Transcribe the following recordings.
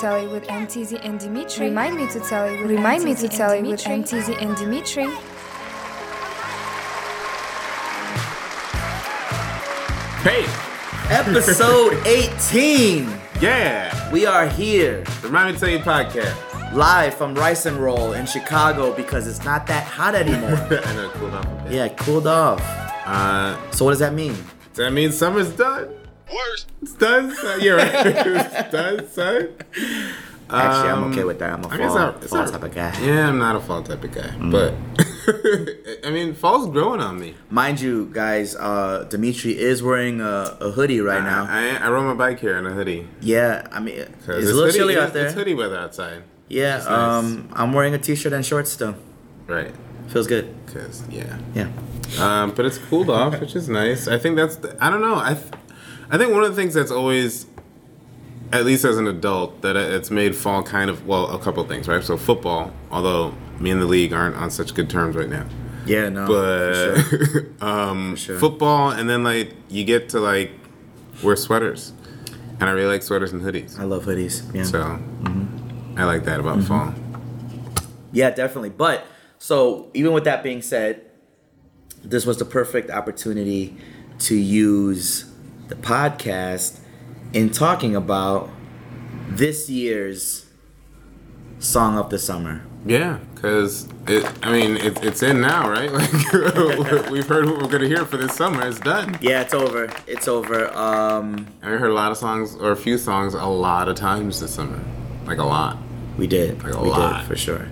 tell it with MTZ and Dimitri. Remind me to tell it with Remind me to tell it with MTZ and Dimitri. Hey, Episode 18. yeah. We are here Remind me to tell you podcast. live from Rice and Roll in Chicago because it's not that hot anymore. I know, cool off a bit. yeah, it cooled off. Uh, So what does that mean? that means summer's done. Worst. It's done, son. You're right. it's done, son. Actually, I'm Um, okay with that. I'm a I fall, guess I- it's fall not- type of guy. Mm. Yeah, I'm not a fall type of guy, but I mean, fall's growing on me. Mind you, guys, uh, Dimitri is wearing a, a hoodie right now. I, I rode my bike here in a hoodie. yeah, I mean, it's, 'Cause a little hoodie, chilly it's- out there. It's hoodie weather outside. yeah, It's nice. um, I'm wearing a t-shirt and shorts still. Right. Feels good. Because yeah. Yeah. um, but it's cooled off, which is nice. I think that's. The, I don't know. I, th- I think one of the things that's always, at least as an adult, that it- it's made fall kind of well a couple things, right? So football, although me and the league aren't on such good terms right now, Yeah, no. but Oh, for sure. um, sure. football, and then like you get to like wear sweaters, and I really like sweaters and hoodies, I love hoodies. Yeah. so Mm-hmm. I like that about fall. Yeah, definitely. But so even with that being said, this was the perfect opportunity to use the podcast in talking about this year's song of the summer. Yeah, because it. I mean, it, it's in now, right? Like we've heard what we're gonna hear for this summer. It's done. Yeah, it's over. It's over. Um, I heard a lot of songs or a few songs a lot of times this summer, like a lot. we did. Like a we lot. did for sure.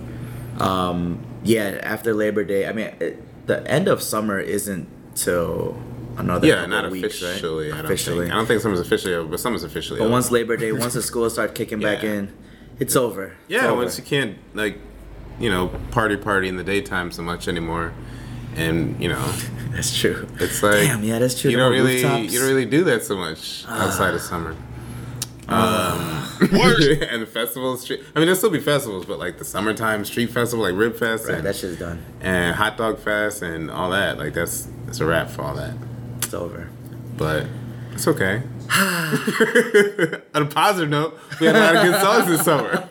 Um, yeah, after Labor Day. I mean, it, the end of summer isn't till another yeah, couple not weeks, right? officially. I don't Officially. think. I don't think summer's officially over, but summer's officially. But over. once Labor Day, once the schools start kicking back Yeah. in, it's over. It's yeah, over. once you can't like, you know, party party in the daytime so much anymore, and you know, that's true. it's like damn, yeah, that's true. You The don't whole really, rooftops. Ah. you don't really do that so much outside of summer. Um, Worst. and the festivals, street. I mean, there'll still be festivals, but like the summertime street festival, like Rib Fest, Right, and, that shit's done. and Hot Dog Fest, and all that. Like that's that's a wrap for all that. It's over. but it's okay. On a positive note, we had a lot of good songs this summer.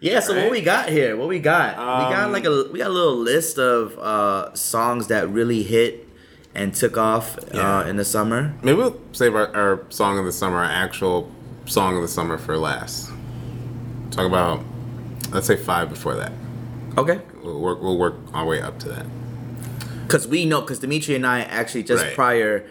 Yeah. So what we got here? What we got? we got Um, like a we got a little list of uh, songs that really hit and took off uh, Yeah. in the summer. Maybe we'll save our, our song of the summer, our actual song of the summer, for last. Talk about, let's say five before that. Okay. We'll work. We'll work our way up to that. Because we know, because Dimitri and I actually just Right. prior,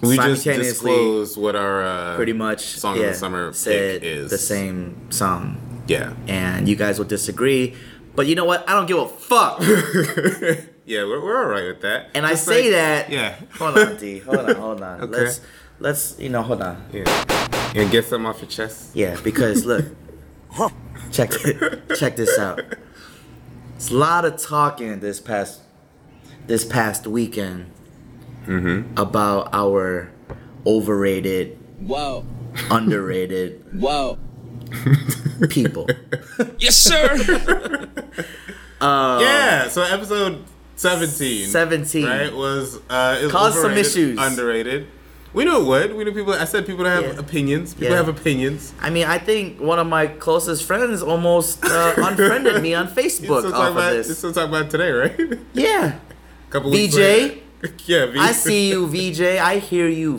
We just Simultaneously, disclosed what our uh, pretty much song yeah, of the summer pick said is the same song, Yeah, and you guys will disagree. But you know what? I don't give a fuck. yeah, we're, we're all right with that. And I Just say like- that. Yeah. Hold on, D. Hold on. Hold on. Okay. Let's let's you know. Hold on. Yeah. And get something off your chest. Yeah, because look, check it, check this out. It's a lot of talking this past this past weekend Mm-hmm. about our overrated, Whoa, underrated whoa. people. Yes, sir. yeah. So episode seventeen. Uh, Seventeen. right? Was uh, it was Caused some overrated, issues. Underrated. We knew it would. We knew people. I said people that have Yeah. opinions. People Yeah. have opinions. I mean, I think one of my closest friends almost uh, unfriended me on You're Facebook still, off talking of about, you're this. still talking about today, right? A Yeah, couple weeks VJ? later. yeah, VJ. I see you, VJ. I hear you,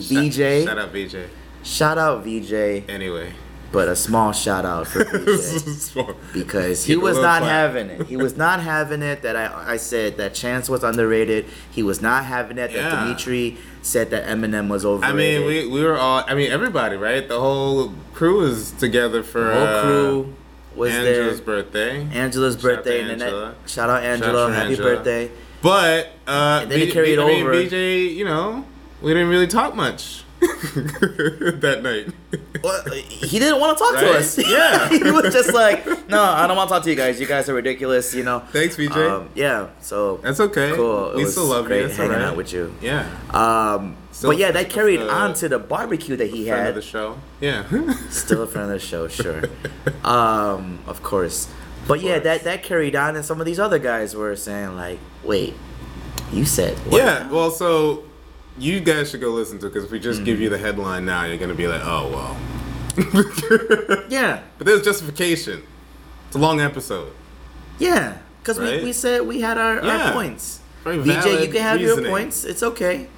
VJ. Shout out VJ. Shout out VJ, Anyway, but a small shout out for VJ because he Give a was little not clap. having it. He was not having it. That I I said that Chance was underrated. He was not having it. That Yeah. Dimitri said that Eminem was I overrated. mean, we, we were all. I mean, everybody, right? The whole crew is together for the whole crew Uh, was Angela's there. birthday. Angela's Shout out to birthday and Angela. then that, shout out Angela, to happy Angela. birthday. But uh, And then it B- carried B- I mean, over. BJ, you know, we didn't really talk much that night. Well, he didn't want to talk to Right? us. Yeah. he was just like, no, I don't want to talk to you guys. You guys are ridiculous. You know. Thanks, VJ. Um, yeah. So That's okay. Cool. It we was still love great you. It's hanging alright. out with you. Yeah. Um, Still but yeah, that friend carried of the- on to the barbecue that he Friend of had. the show. Yeah. Still a friend of the show, sure. um, of course. But yeah, course. that that carried on, and some of these other guys were saying like, "Wait, you said what? yeah. Well, Mm-hmm. so you guys should go listen to it because if we just give you the headline now, you're gonna be like, oh well, Yeah, But there's justification. It's a long episode. yeah. Because Right? we, we said we had our, Yeah. our points. Very VJ, you valid can have your reasoning. points. It's okay.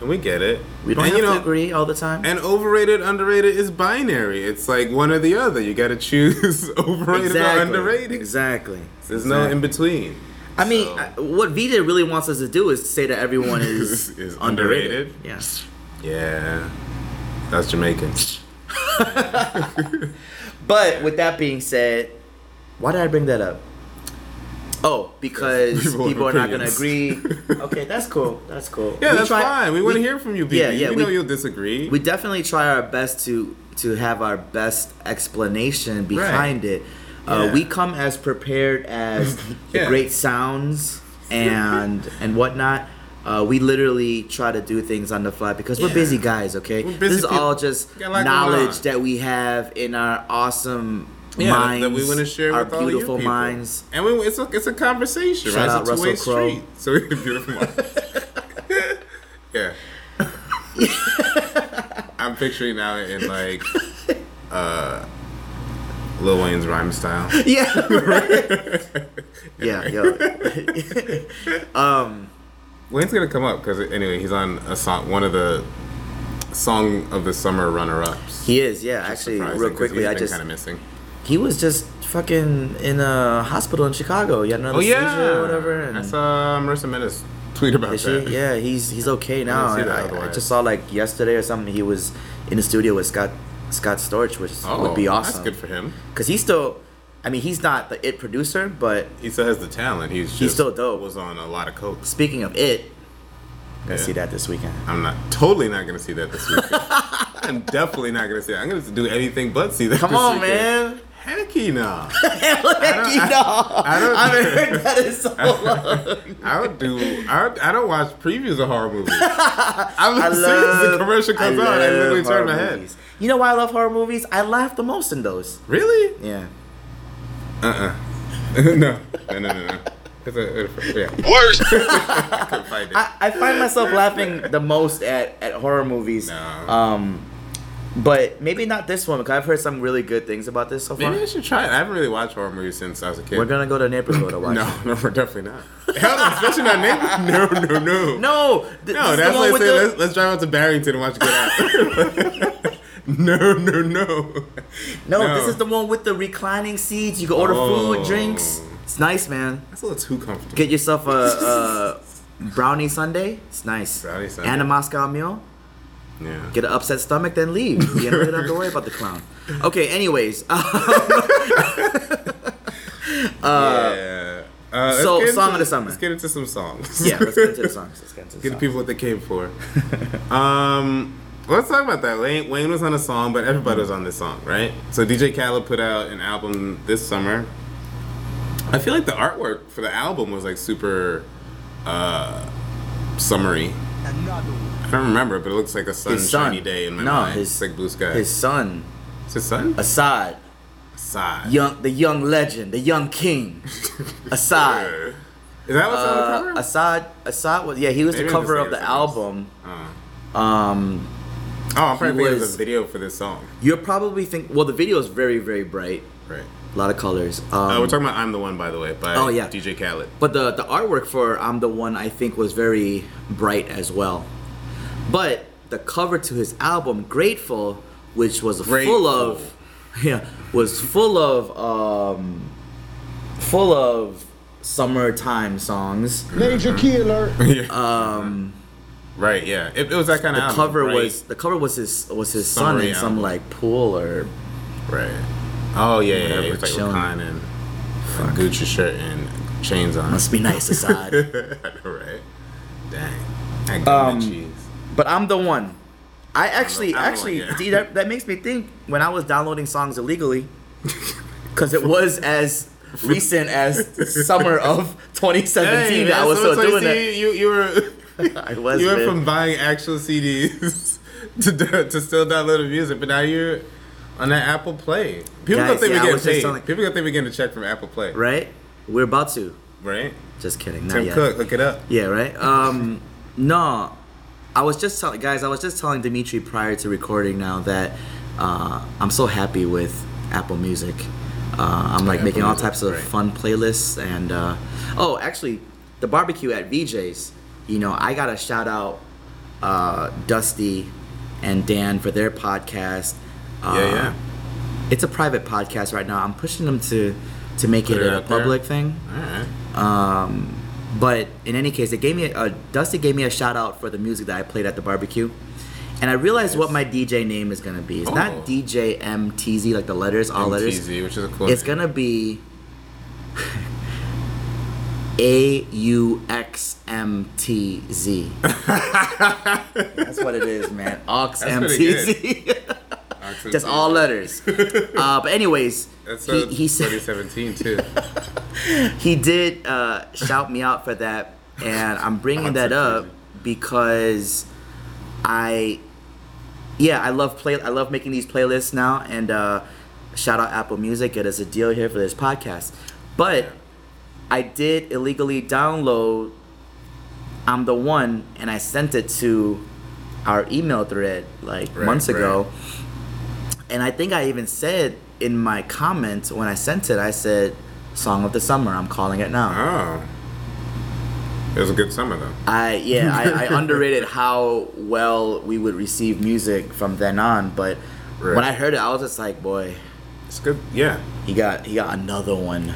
And we get it. We don't and, have you know, to agree all the time. And overrated, underrated is binary. It's like one or the other. You got to choose overrated or underrated. Exactly. There's Exactly. no in between. I mean, So- I- what VJ really wants us to do is say that everyone is, Is underrated. underrated. Yeah. Yeah, that's Jamaican. But with that being said, why did I bring that up? Oh, because People people, have are not going to agree. opinions. okay, that's cool. That's cool. Yeah, We that's try- fine. We, want to hear from you, people. Yeah, yeah, we, we- know you'll disagree. We definitely try our best to to have our best explanation behind it. Uh, Yeah. We come as prepared as the Yeah. great sounds and and whatnot. Uh, we literally try to do things on the fly because we're Yeah. busy guys. Okay, We're busy this is people. all just Got a lot going knowledge on. that we have in our awesome yeah, minds that we want to share our with all beautiful you people. minds. And we, it's a it's a conversation, Shout right? out it's a Russell two-way Crowe. street. So we beautiful minds. yeah. I'm picturing now in like uh Lil Wayne's rhyme style. Yeah. right. yeah. Yo. Wayne's gonna come up because anyway, he's on a song, one of the song of the summer runner-ups. He is. Yeah. Actually, Surprising, real 'cause quickly, he's I been just kind of missing. he was just fucking in a hospital in Chicago. He had another Oh seizure yeah, or whatever. And I saw uh, Marissa Menace tweet about is that. she- yeah, he's he's okay now. see that I, I, otherwise. just saw like yesterday or something. He was in the studio with Scott Scott Storch, which oh, would be That's awesome. good for him. Cause he's still, I mean, he's not the it producer, but He still has the talent. He's just, still dope. Was on a lot of coke. speaking of it, I'm gonna Yeah. see that this weekend. I'm not totally not gonna see that this weekend. I'm definitely not gonna see that. I'm gonna do anything but see that. Come this on, weekend. man. Heck no. Like, you know, I don't- I haven't heard that in so long. I would do. I, would- I don't watch previews of horror movies. I'm I as soon as love the commercial comes out, I love literally turn horror my head. movies. You know why I love horror movies? I laugh the most in those. Really? Yeah. no. No. No. No. No. It's a, it- yeah. Worse. I couldn't find it. I, I find myself laughing the most at, at horror movies. No. Um, but maybe not this one because I've heard some really good things about this so far. Maybe I should try it. I haven't really watched horror movies since I was a kid. We're gonna go to Naperville to watch. no, it. no, we're definitely not. Hell, especially not Nathan. No, no, no. no, No, th- this is that's the why I said one with let's, the. let's drive out to Barrington and watch Get Out. no, no, no. No, this no. is the one with the reclining seats. You can order Oh. food, drinks. It's nice, man. That's a little too comfortable. Get yourself a, a brownie sundae. It's nice. Brownie sundae. And a Moscow Mule. yeah. Get an upset stomach, then leave. You don't have to worry about the clown. Okay. Anyways, yeah. Uh, let's so, get into- song of the summer. Let's get into some songs. yeah. Let's get into the songs. Let's get into Give the the songs. people what they came for. um, let's talk about that. Wayne, Wayne was on a song, but everybody was on this song, right? So DJ Khaled put out an album this summer. I feel like the artwork for the album was like super uh, summery. I don't remember, but it looks like a sunshiny day in my mind. it's like blue sky. His son, it's his son? Assad, Assad. young, the young legend, the young king, Uh, Assad. Is that what's on the Uh, cover? Assad, Assad was yeah, he was Maybe the I'm cover just of the thinking of album. Uh, Um, oh, I'm probably he thinking of was- the video for this song. you're probably think well, the video is very very bright, Right. a lot of colors. Um, Uh, we're talking about "I'm the One" by the way, by Oh, yeah. DJ Khaled. but the the artwork for I'm the one I think was very bright as well. But the cover to his album Grateful, which was full of yeah, was full of um full of summertime songs. Major key alert. Right, yeah. It, it was that kind the of cover was the cover was his was his son Summary in some album. like pool or right. Oh yeah, yeah. yeah. Whatever, It's like chilling. reclining, and Gucci shirt and chains on. must be nice aside. right. Dang. That got Um, me cheese. but I'm the one. I actually the one, actually yeah. D, that, that makes me think when I was downloading songs illegally because it was as recent as summer of 2017 that I that's was so still doing spicy. that. You you were I was you went man. from buying actual CDs to do- to still downloading music, but now you're on that Apple Play. People Guys, don't think yeah, I we get was just paid. telling- People don't think we get a check from Apple Play, right? right. We're about to. Just kidding. Not Tim yet. Cook, look it up. Yeah, right. Um, no, I was just telling guys. I was just telling Dimitri prior to recording now that Uh, I'm so happy with Apple Music. Uh, I'm like Apple making all Music, types of right. fun playlists and uh, oh, actually, the barbecue at VJ's. You know, I gotta shout out uh, Dusty and Dan for their podcast. Uh, yeah, yeah. It's a private podcast right now. I'm pushing them to to make Put it, it a out there. public thing. All right. Um, but in any case, they gave me a, a Dusty gave me a shout out for the music that I played at the barbecue, and I realized what my DJ name is gonna be. It's Oh. not DJ MTZ like the letters, all letters. MTZ, which is a cool. It's gonna be A U X M T Z. That's what it is, man. Ox That's M pretty T Z. Oxen Just Tea. all letters. Uh, but anyways, That's he, uh, he said 2017 too. he did uh, shout me out for that, and I'm bringing that up because I, yeah, I love play. I love making these playlists now, and uh, shout out Apple Music. Get us a deal here for this podcast. But I did illegally download I'm the one, and I sent it to our email thread like Right, months right. ago. And I think I even said in my comments when I sent it, I said, "Song of the summer." I'm calling it now. Oh, it was a good summer though. I yeah, I, I underrated how well we would receive music from then on. But when Right. I heard it, I was just like, "Boy, It's good. Yeah. he got he got another one."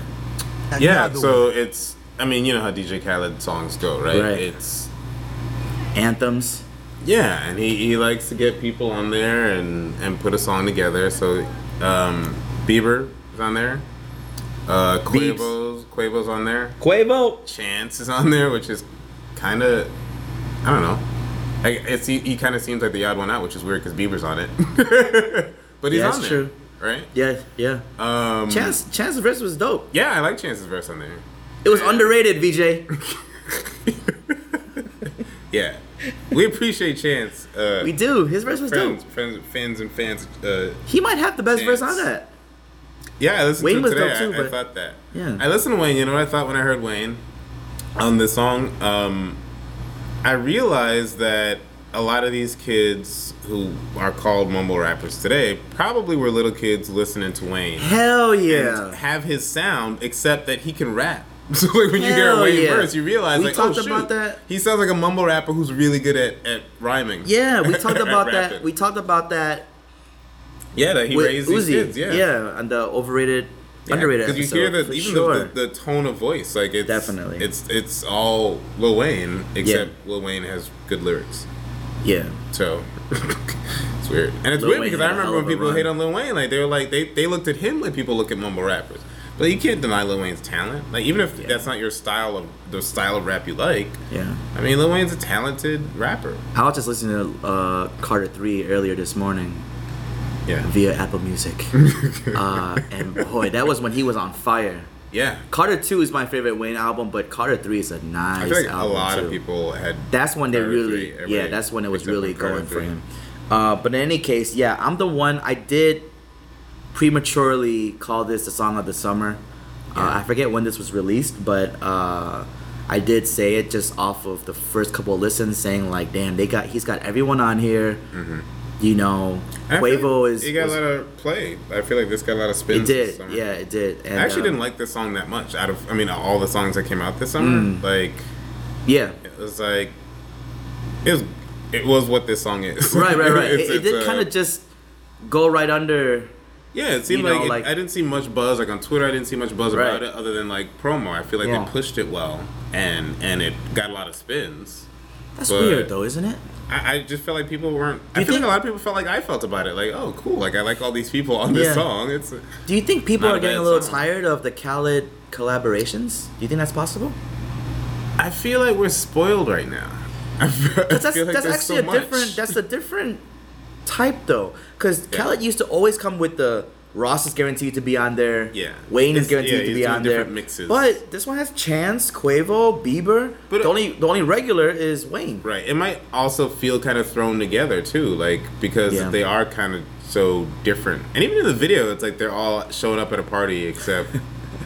Yeah. Another So it's. I mean, you know how DJ Khaled songs go, right? Right. It's. Anthems. Yeah, and he, he likes to get people on there and and put a song together. So, um, Bieber is on there. Uh, Biebs. Quavo's Quavo's on there. Quavo. Chance is on there, which is kind of. I don't know. I, it's he, he kind of seems like the odd one out, which is weird because Bieber's on it. but he's Yeah, on that's there, true. right? Yeah, yeah. Um, Chance Chance the verse was dope. Yeah, I like Chance's verse on there. It was underrated, VJ. Yeah, we appreciate Chance. Uh, We do. His verse was friends, dope. friends, fans, and fans. Uh, He might have the best verse on Thanks. that. yeah, I listened Wayne to it was today. dope too, I, I but- thought that. Yeah. I listened to Wayne. You know what I thought when I heard Wayne on this song? Um, I realized that a lot of these kids who are called mumble rappers today probably were little kids listening to Wayne. Hell yeah. and have his sound, except that he can rap. So like when you hear a Hell Wayne yeah. verse, you realize We like, talked oh shoot, about that. he sounds like a mumble rapper who's really good at, at rhyming. yeah, we talked At about that. rapping. We talked about that yeah, that he with raised Uzi. these kids. Yeah, on the overrated, underrated Because episode. you hear the for even sure. the, the, the tone of voice, like it's Definitely. it's it's all Lil Wayne, except Lil Wayne has good lyrics. yeah. So it's weird, and it's weird Lil Wayne because had I remember a hell of when a people run. hate on Lil Wayne, like they were like they, they looked at him like people look at mumble rappers. But you can't deny Lil Wayne's talent. Like even if Yeah. that's not your style of the style of rap you like, Yeah. I mean Lil Wayne's a talented rapper. I was just listening to uh, Carter 3 earlier this morning Yeah, via Apple Music. uh, and boy, that was when he was on fire. yeah. Carter 2 is my favorite Wayne album, but Carter 3 is a I nice feel like a album. lot too. of people had. That's when they Carter really, three, yeah, every- that's when it was except for really Carter going for three. him. Uh, but in any case, yeah, I'm the one. I did prematurely call this the song of the summer. Uh, I forget when this was released, but uh, I did say it just off of the first couple of listens, saying like, "Damn, they got he's got everyone on here." You know, And Mm-hmm. I feel Quavo like is. It got was- a lot of play. I feel like this got a lot of spins. it this did, summer. yeah, it did. And, I actually uh, didn't like this song that much. Out of I mean all the songs that came out this summer, Mm. like. Yeah, It was like it was it was what this song is. right, right, right. It's- it, it it's, did uh, kind of just go right under. yeah. It seemed you know, like, it- like- I didn't see much buzz like on Twitter. I didn't see much buzz about Right. it other than like promo. I feel like Yeah. they pushed it well and and it got a lot of spins. That's But- weird though, isn't it? I, I just felt like people weren't. I You feel think- like a lot of people felt like I felt about it. Like oh cool, like I like all these people on this Yeah. song. It's Do you think people Not are a getting a bad little song. tired of the Khaled collaborations? Do you think that's possible? I feel like we're spoiled right now. I feel, I That's, that's, feel like that's there's actually so a much. different. That's a different type though, because Yeah. Khaled used to always come with the Ross is guaranteed to be on there. Yeah. Wayne is It's- guaranteed yeah, to he's be doing on there. different mixes. But this one has Chance, Quavo, Bieber. But- the only the only regular is Wayne. Right. It might also feel kind of thrown together too, like because Yeah. they are kind of so different. And even in the video, it's like they're all showing up at a party except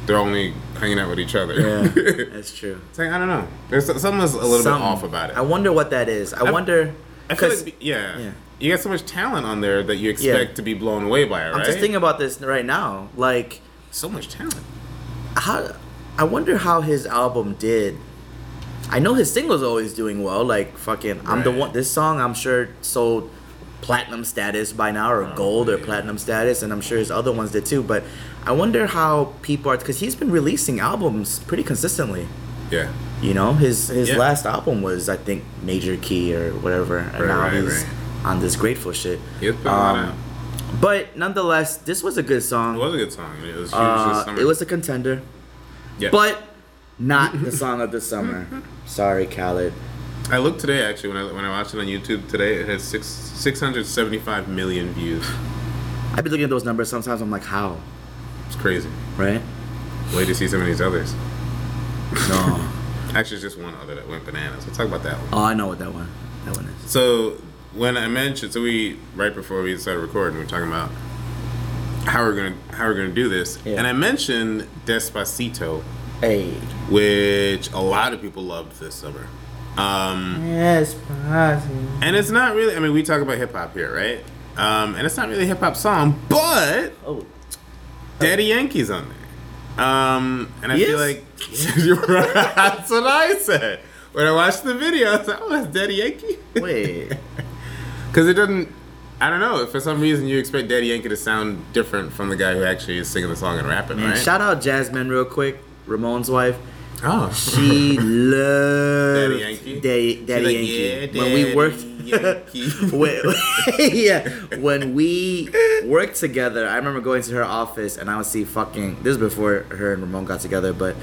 they're only hanging out with each other. it's that's true. like I don't know. There's something's a little Something. bit off about it. I wonder what that is. I, I- wonder. I feel 'cause- like, yeah. yeah. you got so much talent on there that you expect Yeah. to be blown away by it, right? I'm just thinking about this right now. Like, so much talent. how I wonder how his album did. I know his singles always doing well. Like fucking, I'm the Right. one. This song I'm sure sold platinum status by now Oh, or gold or platinum status, and I'm sure his other ones did too. But I wonder how people are because he's been releasing albums pretty consistently. Yeah. You know, his his Yeah. last album was I think Major Key or whatever, and Right, now right, he's right. on this grateful shit. He was putting a lot Um, out. But nonetheless, this was a good song. It was a good song. It was huge this Uh, summer. it was a contender, Yeah. but not the song of the summer. Sorry, Khaled. I looked today actually when I when I watched it on YouTube today. It had six six hundred seventy five million views. I've been looking at those numbers sometimes. I'm like, how? It's crazy. Right? Wait to see some of these others. No. Actually, it's just one other that went bananas. We'll talk about that one. oh, I know what that one. That one is. So when I mentioned, so we right before we started recording, we were talking about how we're gonna how we're gonna do this, Yeah. and I mentioned Despacito, Hey. which a lot of people loved this summer. Um, Yes, possible. and it's not really. I mean, we talk about hip hop here, right? Um, and it's not really a hip hop song, but Oh, Daddy Yankee's on there. Um, and I He feel is? like that's what I said when I watched the video. I was like, "Oh, that's Daddy Yankee." wait. Because it doesn't. I don't know. For some reason, you expect Daddy Yankee to sound different from the guy who actually is singing the song and rapping, And right? shout out Jasmine real quick, Ramon's wife. oh, She loved Daddy Yankee? Daddy, She's Daddy like, Yankee. "Yeah, when we Daddy worked, Yankee." when, yeah, when we worked together, I remember going to her office and I would see fucking. This is before her and Ramon got together, but.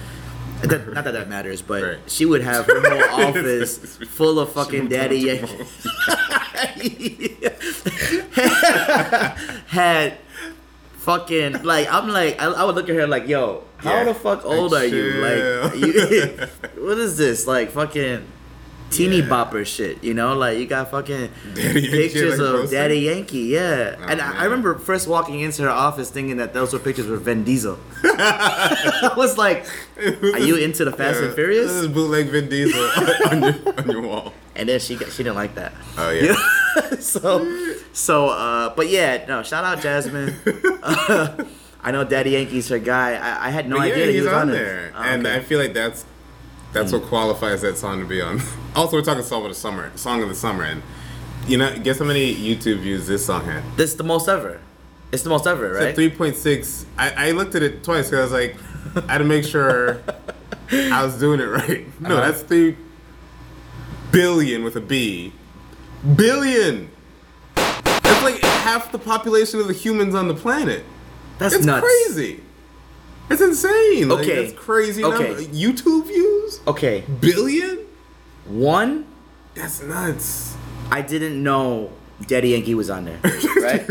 that- not that that matters, but Right. she would have her whole office full of fucking daddy Yankee. had fucking like I'm like I, I would look at her like yo how Yeah. the fuck old Like, are you like chill. you, what is this like fucking teeny Yeah. bopper shit you know like you got fucking Daddy Yankee, pictures like, of posted? Daddy Yankee yeah Oh, and I, I man. remember first walking into her office thinking that those were pictures with Vin Diesel I was like are you into the Fast and Furious This is bootleg Vin Diesel on, your, on your wall. and then she got, she didn't like that Oh yeah. so so uh but yeah no shout out jasmine Uh, i know daddy yankee's her guy i, I had no But idea yeah, that he's he was on, on, it. there, Hmm. Oh, and okay. I feel like that's that's what qualifies that song to be on. also, we're talking song of the summer, song of the summer, and you know, guess how many YouTube views this song had? this is the most ever it's the most ever right Three point six. I, I looked at it twice because I was like, I had to make sure I was doing it right. No, that's three billion with a B. Billion. That's like half the population of the humans on the planet. that's It's nuts crazy. It's insane. Like, Okay. that's crazy. Okay. Number. YouTube views. okay Billion? one That's nuts. i didn't know daddy yankee was on there right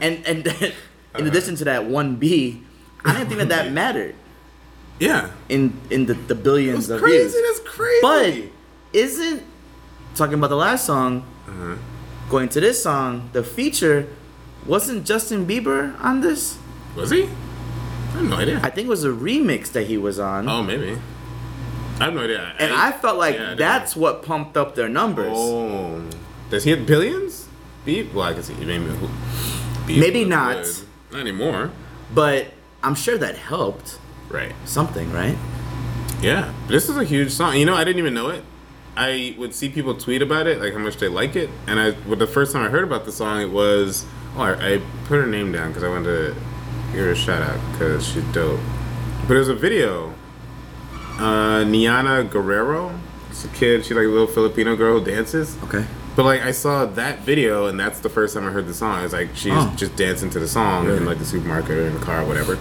and and then, in addition to that 1b i didn't think that that mattered Yeah. in in the, the billions That's of views crazy. That's crazy. But isn't talking about the last song, Uh-huh. going to this song, the feature, wasn't Justin Bieber on this? was he? I have no idea. I think it was a remix that he was on. oh, maybe. I have no idea. and I, felt like yeah, I didn't- that's what pumped up their numbers. Oh. Does he have billions? Beep. Well, I can see. Maybe. who- Beep Maybe was not. good. Not anymore. But I'm sure that helped Right. something, right? Yeah, this is a huge song. You know, I didn't even know it. I would see people tweet about it, like how much they like it, and I. Well, the first time I heard about the song, it was oh, I, I put her name down because I wanted to give her a shout out because she's dope. But it was a video. Uh, Niana Guerrero, it's a kid. She's like a little Filipino girl who dances. Okay. But like I saw that video, and that's the first time I heard the song. It's like she's Oh. just dancing to the song Really? in like the supermarket or in the car or whatever.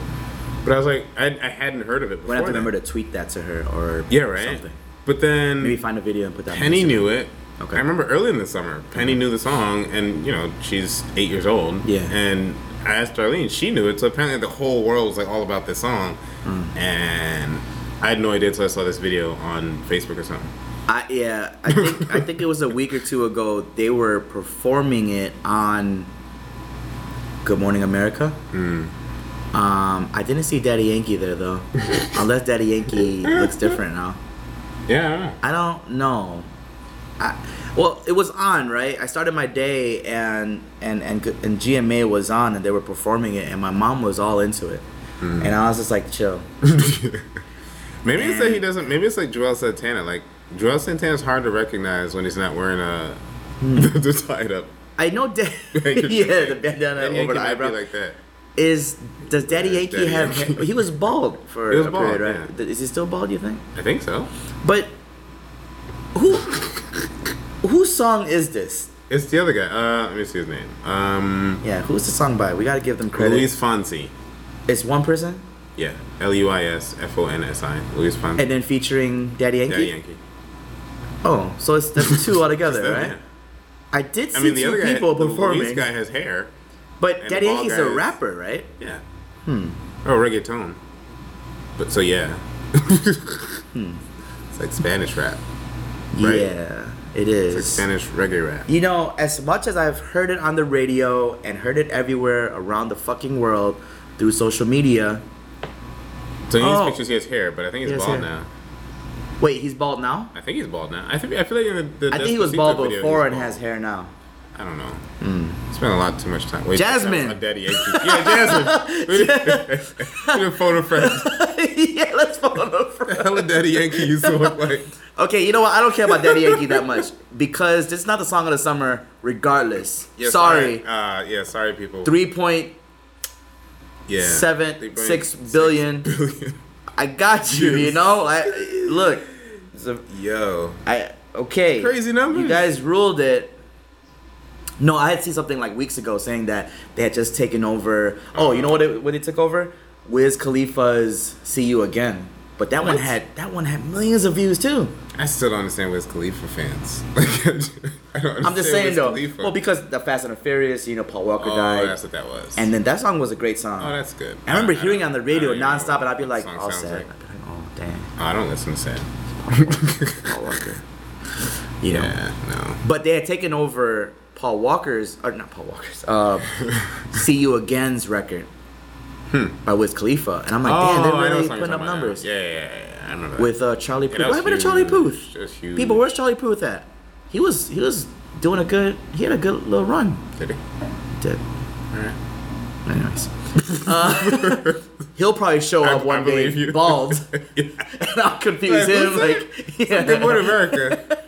But I was like, I, I hadn't heard of it before. We're gonna have to that. remember to tweet that to her or Yeah, right. something. But then Maybe find a video and put that. on Penny Instagram. knew it. Okay. I remember early in the summer, Penny knew the song, and you know she's eight years old. Yeah. And I asked Darlene, she knew it, so apparently the whole world was like all about this song, Hmm. and I had no idea until I saw this video on Facebook or something. I, yeah, I think I think it was a week or two ago. They were performing it on Good Morning America. Hmm. Um, I didn't see Daddy Yankee there though, unless Daddy Yankee looks different now. Yeah. I don't know. I don't know. Well, it was on, right? I started my day and and and g- and GMA was on and they were performing it and my mom was all into it. Hmm. And I was just like, chill. Maybe it's that he doesn't. Maybe it's like Joel Santana. Like Joel Santana's hard to recognize when he's not wearing a the, the tied up. I know da- handkerchief. Hmm. Yeah, the bandana Daddy Yankee over the might be eyebrow. like that. Is does Daddy Yeah, Yankee Daddy have Yankee. hair? he was bald for He was a bald, period, right? yeah. Th- Is he still bald, you think? I think so. But who whose song is this? It's the other guy. Uh, let me see his name. Um, Yeah, who's the song by? We gotta give them credit. Luis Fonsi. It's one person Yeah, L U I S F O N S I. Luis Fonsi. and then featuring Daddy Yankee. Daddy Yankee. Oh, so it's that's two altogether, Just right? them, I did see I mean, the two other guy, people the performing, Luis guy has hair. but and Daddy the bald Yankee's guy a is- rapper, right? Yeah. Hmm. Oh, reggaeton. But so yeah. Hmm. It's like Spanish rap. Right. Yeah, it It's like is. Spanish reggae rap. You know, as much as I've heard it on the radio and heard it everywhere around the fucking world through social media, So in these Oh. pictures, he has hair, but I think he's He has bald hair. now. wait, he's bald now? I think he's bald now. I think I feel like in the, the I think he Despacito was bald video, he was before and bald. has hair now. I don't know. Spent a lot too much time. Wait, Jasmine. that's A daddy Yankee. Yeah, Jasmine. We did a photo friend. yeah, let's follow up. Hella daddy Yankee used to look like. Okay, you know what? I don't care about Daddy Yankee that much because this is not the song of the summer, regardless. Yeah, sorry. Uh, yeah, sorry, people. three point yeah. They seven bring six billion. billion. I got you. You know, I look. it's a- Yo. I okay. Crazy numbers. You guys ruled it. No, I had seen something like weeks ago saying that they had just taken over. Oh, you know what? It, what they took over? Wiz Khalifa's "See You Again," but that one had that one had millions of views too. I still don't understand Wiz Khalifa fans. Like, I don't understand I'm just saying Wiz though. Khalifa. Well, because the Fast and the Furious, you know, Paul Walker oh, died, that's what that was. and then that song was a great song. oh, that's good. I remember don't- hearing it on the radio I don't even know nonstop, and I'd be what like, the song all sounds sad. like. I'd be like, oh damn, Oh, I don't listen to sad. Paul Walker. You know. Yeah, no. But they had taken over Paul Walker's, or not Paul Walker's, uh, See You Again's record by Wiz Khalifa. And I'm like, Hmm. Oh, I know damn, they're Oh, really what song you're putting up talking about now. numbers. Yeah, yeah, yeah, yeah. I remember that. With uh, Charlie Puth. that What was happened to Charlie huge. Puth? That was huge. People, where's Charlie Puth at? He was he was doing a good, he had a good little run. Did he? Did. Alright. Anyways. Uh, he'll probably show I- up one I day believe you. bald, yeah. and I'll confuse Like, him. what's that? Like, yeah. Good Morning America.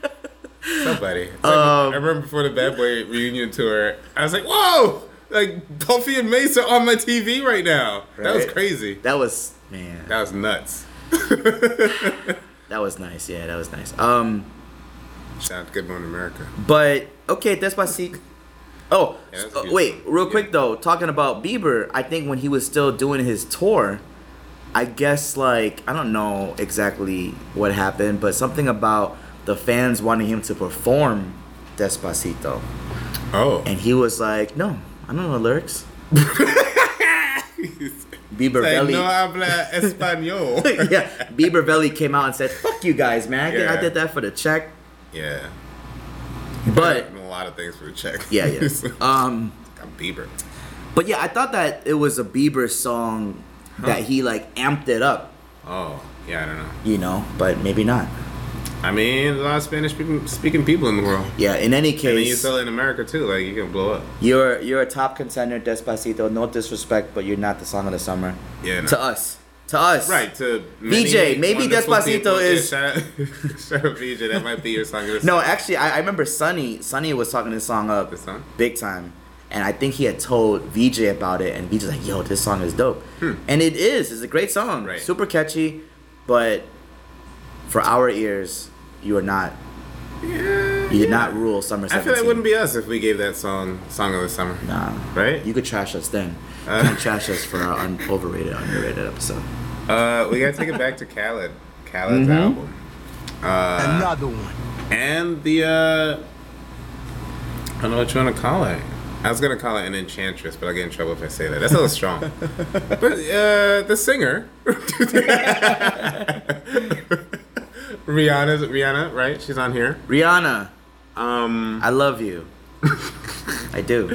Somebody. It's like- Um, I remember before the Bad Boy reunion tour, I was like, whoa! Like, Puffy and Mace are on my TV right now. That was Right. crazy. That was, man. That was nuts. That was nice. Yeah, that was nice. Um, Shout out to Good Morning America. But okay, Despacito. Oh, Yeah, that's a uh, good wait, song. real Yeah. quick though. Talking about Bieber, I think when he was still doing his tour, I guess like I don't know exactly what happened, but something about the fans wanting him to perform Despacito, Oh. and he was like, "No, I don't know the lyrics." Bieber Like, Belly. no habla español. yeah, Bieber Belly came out and said, "Fuck you guys, man! I did- I Yeah. did that for the check." yeah. But a lot of things for the check. yeah, yeah. Um, I'm Bieber. But yeah, I thought that it was a Bieber song that he like amped it up, Oh, yeah, I don't know. you know, but maybe not. I mean, a lot of Spanish speaking- speaking people in the world. Yeah, in any And then you case, sell it in America too, like you can blow up. you are you're a top contender, Despacito. No disrespect, but you're not the song of the summer. Yeah, no. To us. To us. Right to BJ, maybe wonderful Despacito people. is- Yeah, shout, out, shout out BJ. That might be your song. Of the No, actually I, I remember Sonny Sonny was talking this song up This song? big time. And I think he had told VJ about it and VJ's like, yo, this song is dope. And it is, it's a great song. Hmm. Right. Super catchy, but for our ears, you are not Yeah, you did yeah. not rule summer I 17. feel that wouldn't be us if we gave that song "Song of the Summer." Nah. Right? You could trash us then. You can trash us for our un- overrated, underrated episode. Uh, we gotta take it back to Khaled, Khaled's album, Uh, Another one. and the uh, I don't know what you want to call it. I was gonna call it an enchantress, but I will get in trouble if I say that. That's a little strong. but uh, the singer, Rihanna's Rihanna, right? She's on here. Rihanna, Um. I love you. I do.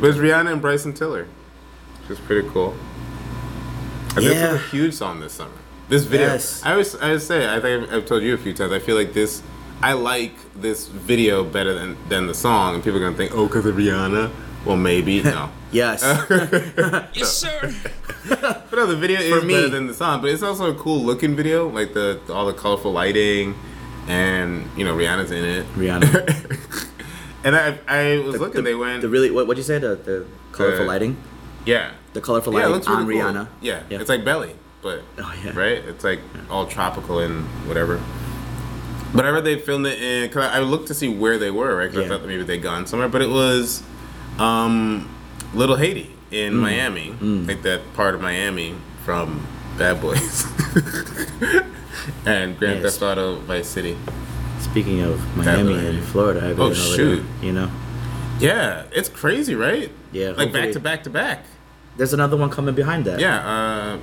But do. it's Rihanna and Bryson Tiller, which is pretty cool. And This Yeah. was a huge song this summer. This video. Yes. I always, I always say, I think I've, I've told you a few times, I feel like this, I like this video better than than the song, and people are gonna think, oh, because of Rihanna. Well, maybe no. Yes. Uh. Yes, sir. But no, the video is me. better than the song, but it's also a cool looking video, like the all the colorful lighting, and you know Rihanna's in it. Rihanna. and I I was looking, the, they went, The really, what, what'd you say? The, the colorful The- lighting? yeah, The colorful Uh. yeah, it lighting looks on really cool. Rihanna. Yeah. Yeah. it's like belly, but Oh, yeah. right, it's like all tropical and whatever. But I read they filmed it in. Cause I looked to see where they were, right? Because I Yeah. thought that maybe they'd gone somewhere, but it was um, Little Haiti in Mm. Miami, like that part of Miami from Bad Boys and Grand Yes. Theft Auto Vice City. Speaking of Miami lady. and Florida, I got Oh, another, shoot. You know, Yeah, it's crazy, right? Yeah, like back hopefully- to back to back. there's another one coming behind that. Yeah, uh,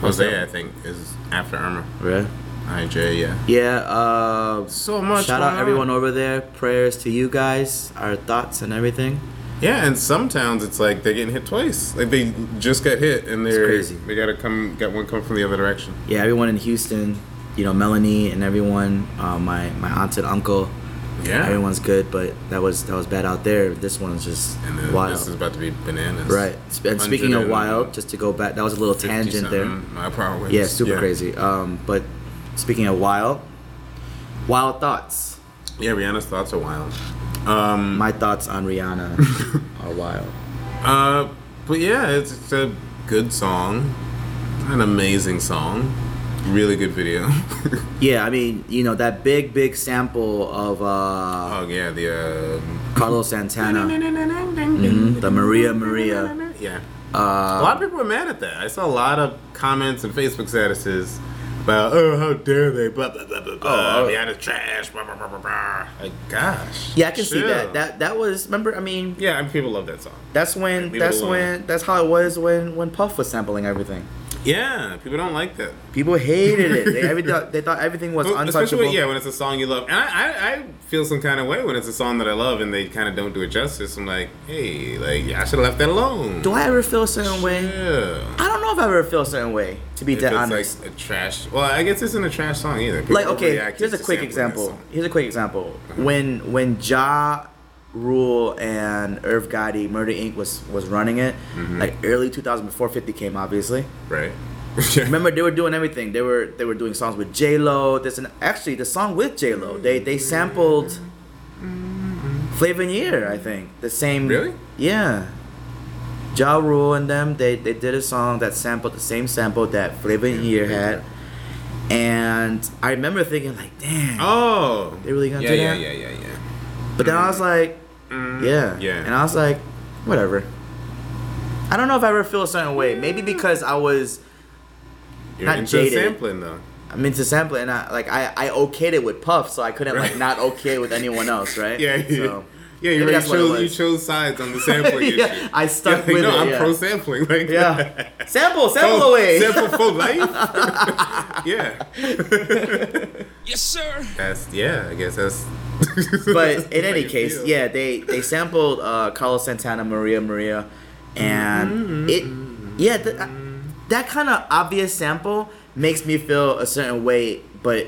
Jose, I think, is after Armor. Right? IJ, yeah. Yeah. Uh, So much. shout out going everyone on. over there. Prayers to you guys, our thoughts and everything. Yeah, and some towns it's like they're getting hit twice. Like they just got hit and they're crazy. they gotta come got one come from the other direction. Yeah, everyone in Houston, you know, Melanie and everyone, uh, my my aunt and uncle, Yeah. everyone's good. But that was that was bad out there. This one's just and then wild. this is about to be bananas. right. Sp- And speaking of 150 wild, just to go back, that was a little tangent there. something mile per hour winds. Yeah, super crazy. Um, but speaking of wild, wild thoughts. Yeah, Rihanna's thoughts are wild. Mm. My thoughts on Rihanna are wild. Uh, but yeah, it's, it's a good song, an amazing song, really good video. Yeah, I mean, you know, that big, big sample of uh, oh yeah, the. Uh, Carlos Santana, Mm-hmm. the Maria Maria. Uh, Yeah. a lot of people were mad at that. I saw a lot of comments and Facebook statuses about, oh, how dare they, blah, blah, blah, blah, blah, oh. Rihanna's trash, blah, blah, blah, blah, blah. Like, gosh. Yeah, I can see chill. that. That that was. Remember, I mean, yeah, and people love that song. that's when. Leave it That's alone. when. That's how it was when when Puff was sampling everything. Yeah, people don't like that. People hated it. They, every, they thought everything was Well, Especially untouchable. when, yeah, when it's a song you love. And I, I, I feel some kind of way when it's a song that I love and they kind of don't do it justice. I'm like, hey, like, I should have left that alone. Do I ever feel a certain way? yeah. I don't know if I ever feel a certain way. To be If that it's honest. like a trash. Well, I guess it's not a trash song either. People like okay overreacted here's a to sampling Uh-huh. quick that example song. here's a quick example when when ja rule and irv gotti murder inc was was running it Mm-hmm. like early 2000 before 50 came obviously Right. remember they were doing everything they were they were doing songs with j-lo this and actually the song with j-lo they they sampled Flavinier, i think the same Really? yeah Ja Rule and them, they, they did a song that sampled the same sample that Flavinier had. And I remember thinking, like, damn. Oh. They really gonna yeah, do yeah, that? Yeah, yeah, yeah, But then I was like, yeah. Mm. Yeah. And I was like, whatever. I don't know if I ever feel a certain way. Maybe because I was, You're Not into jaded. sampling though. I'm into sampling and I, like, I, I okayed it with Puff, so I couldn't, like, not okay it with anyone else, right? Yeah, yeah. So, yeah, you, maybe already that's what it chose, you was. chose sides on the sampling Yeah, issue. I stuck like, with no, it, I'm yeah. pro sampling. Like, Yeah. Sample, sample Oh, away. Sample for life. yeah. Yes, sir. That's yeah. I guess that's. but in any Like, case, feel. yeah, they they sampled uh, Carlos Santana, Maria Maria, and it, Mm-hmm. yeah, th- I- that kind of obvious sample makes me feel a certain way, but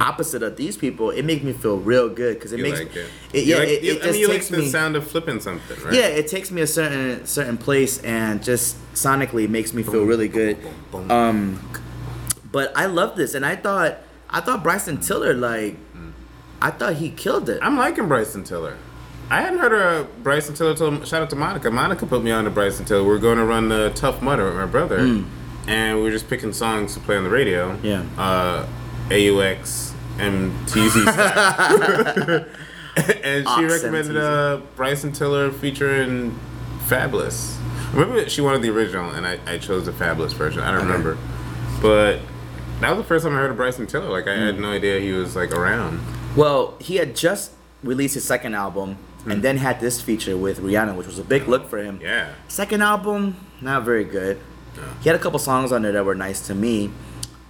opposite of these people, it makes me feel real good because it You makes like me, it. You it- yeah, like- it, you- it I mean, just you like takes the me. sound of flipping something, right? Yeah, it takes me a certain certain place and just sonically makes me feel really good. Um, but I love this, and I thought I thought Bryson Tiller like, I thought he killed it. Mm. I'm liking Bryson Tiller. I hadn't heard of Bryson Tiller till shout out to Monica. Monica put me on to Bryson Tiller. We are going to run the Tough Mudder with my brother, and we were just picking songs to play on the radio. Mm. Yeah. Uh, AUX MTZ style. and she Ox recommended MTZ. uh, Bryson Tiller featuring Fabulous. Remember she wanted the original, and I, I chose the Fabulous version. I don't remember, but that was the first time I heard of Bryson Tiller. Like I Mm. had no idea he was like around. Well, he had just released his second album and then had this feature with Rihanna, which was a big look for him. Hmm. Yeah. Second album, not very good. He had a couple songs on there that were nice to me.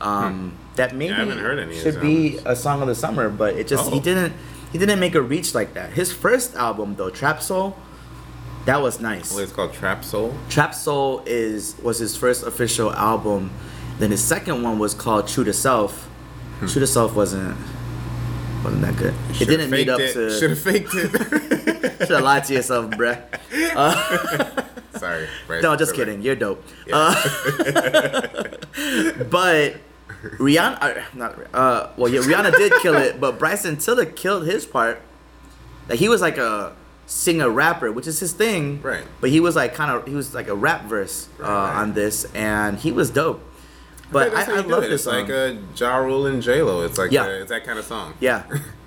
Um, That maybe Hmm. haven't heard any of his should be a song of the summer, but it just he Oh. didn't he didn't make a reach like that. His first album though, Trap Soul, that was nice. Well, it's called Trap Soul. Trap Soul is was his first official album. Then his second one was called True to Self. True to Self wasn't wasn't that good. it Hmm. Should've didn't meet faked up it. to. Should have faked it. Should have lied to yourself, bruh. Sorry. Bryce. No, just Sorry. kidding. You're dope. Uh, but Rihanna, uh, not Rih- uh, well, yeah, Rihanna did kill it, but Bryson Tiller killed his part. Like he was like a singer rapper, which is his thing. Right. But he was like kind of he was like a rap verse uh, Right, right. on this, and he was dope. But But I, that's how I you do love it. this It's song. like a Ja Rule and J Lo. It's like Yeah. a- it's that kind of song. Yeah,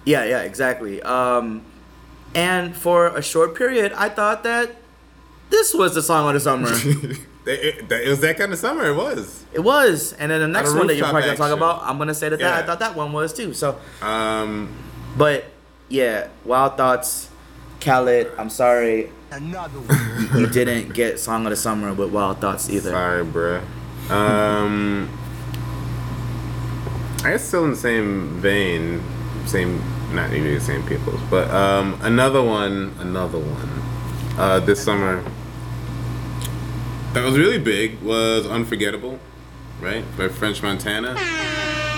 yeah, yeah, exactly. Um, and for a short period, I thought that this was the song of the summer. They- it, that- it was that kind of summer. It was. it was. And then the next On a one that you're rooftop probably gonna talk action. about, I'm gonna say that, that I Yeah. thought that one was too. So, Um, but yeah, Wild Thoughts, Khaled. I'm sorry Another one. you didn't get Song of the Summer with Wild Thoughts either. sorry, bruh. Um, I guess still in the same vein, same not even the same people's, but um, another one, another one. Uh, this summer that was really big was Unforgettable, right? By French Montana,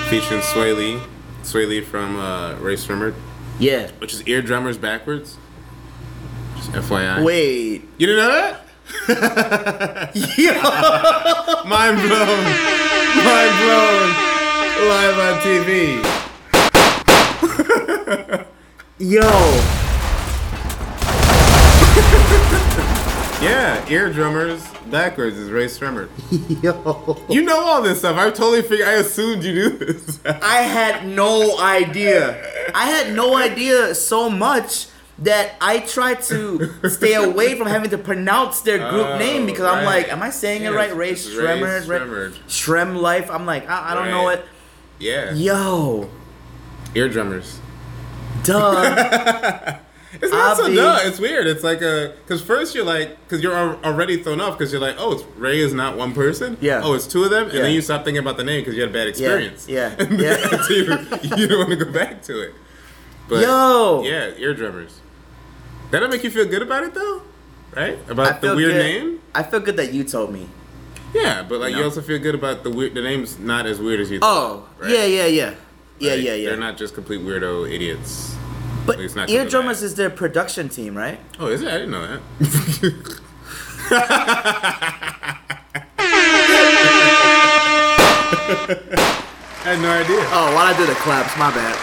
featuring Sway Lee, Sway Lee from uh, Ray Swimmer. Yeah. which is ear drummers backwards. Just FYI. Wait. You didn't know that? Mind blown. Mind blown. Live on TV. Yo. Yeah, ear drummers backwards is Ray Strummer. Yo. You know all this stuff. I totally figured. I assumed you knew this. I had no idea. I had no idea so much that I tried to stay away from having to pronounce their group Oh, name because I'm right. like, am I saying Yeah, it right? Ray it's Ray Shremmer, Shremmerd. Shrem Life. I'm like, I, I don't know Right. it. yeah. Yo, Ear drummers. duh. It's not so Obvi. dumb. It's weird. It's like a because first you're like because you're al- already thrown off because you're like oh it's Ray is not one person Yeah. oh it's two of them and Yeah. then you stop thinking about the name because you had a bad experience yeah, And yeah. then- so you, you don't want to go back to it but Yo. yeah eardrummers that'll make you feel good about it though right I about the feel weird good. name I feel good that you told me. yeah but like you, know? also feel good about the weird the name's not as weird as you Oh, thought, right? yeah, yeah, yeah, yeah, Like, yeah, yeah. they're not just complete weirdo idiots but it's not Ear gonna go Drummers bad. is their production team, right? oh is it I didn't know that. I had no idea. Oh, why I do the claps? My bad.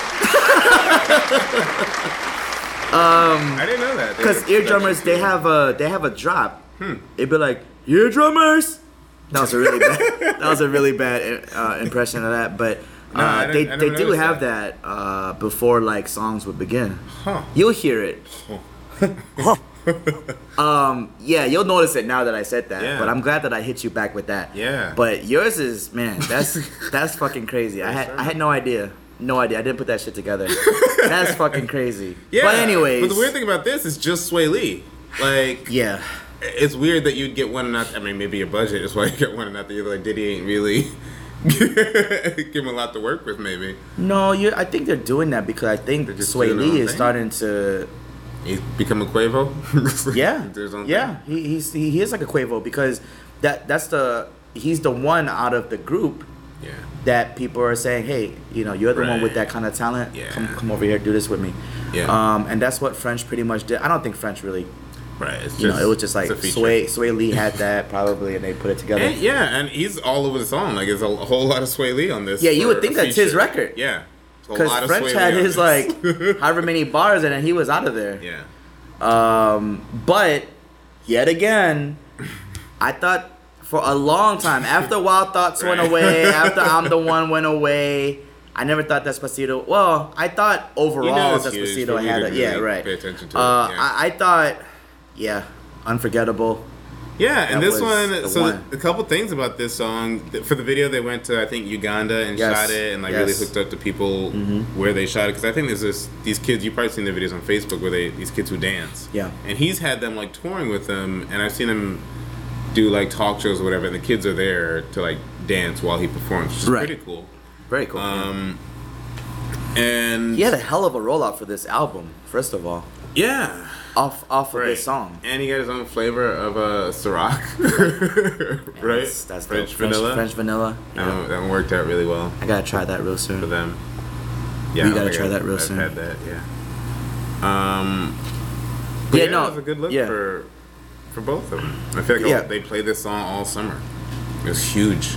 I didn't know that. Because ear drummers, they have a they have a drop. Hmm. It'd be like ear drummers. That was a really bad. that was a really bad uh, impression of that. But I uh, didn't- they I never they do noticed have that, uh, before like songs would begin. Huh. You'll hear it. um. Yeah, you'll notice it now that I said that. Yeah. But I'm glad that I hit you back with that. Yeah. But yours is man. That's that's fucking crazy. I had I had no idea. No idea. I didn't put that shit together. that's fucking crazy. Yeah. But anyways. but the weird thing about this is just Sway Lee. Like, Yeah. it's weird that you'd get one and not. I mean, maybe your budget is why you get one and not the other. Like, Diddy ain't really give him a lot to work with, maybe. No, you. I think they're doing that because I think just Sway doing their Lee own is thing? starting to. He's become a Quavo. Yeah, Do his own yeah. thing. He, he's he, he is like a Quavo because that that's the he's the one out of the group Yeah. that people are saying, hey, you know, you're the one with Right. that kind of talent. Yeah. Come come over here, do this with me. Yeah. Um, and that's what French pretty much did. I don't think French really. Right. It's You know, it was just like it's a feature. Sway Sway Lee had that probably, and they put it together. And- yeah, and he's all over the song. Like, it's a, whole lot of Sway Lee on this. Yeah, you would for think a that's his feature. record. Yeah. It's a lot Because of French Swae Lee had on his this. like however many bars, and then he was out of there. yeah. But yet again, I thought for a long time after Wild Thoughts went Right. away, after I'm the One went away, I never thought Despacito. Well, I thought You know overall it's huge, Despacito but we had a didn't yeah really right. pay attention to it, uh, yeah. I, I thought yeah, unforgettable. Yeah, and That this was one, the so one. a couple things about this song. Th- For the video, they went to I think Uganda and Yes, shot it, and like yes. Mm-hmm. really hooked up to people where they shot it. Because I think there's this these kids. You've probably seen their videos on Facebook where they these kids who dance. Yeah. and he's had them like touring with them, and I've seen them do like talk shows or whatever, and the kids are there to like dance while he performs, which is Right. pretty cool. Very cool. Um, and he had a hell of a rollout for this album. First of all, yeah, off off of Right. this song. And he got his own flavor of a uh, Ciroc, right? That's, that's French dope. vanilla. French vanilla. That Yeah. one- that one worked out really well I gotta try that real soon. for them. Yeah, You gotta I try that real I've soon. Had that, yeah. Um, but Yeah, yeah, no, it was a good look yeah. for for both of them. I feel like Yeah. all- they played this song all summer. It was huge.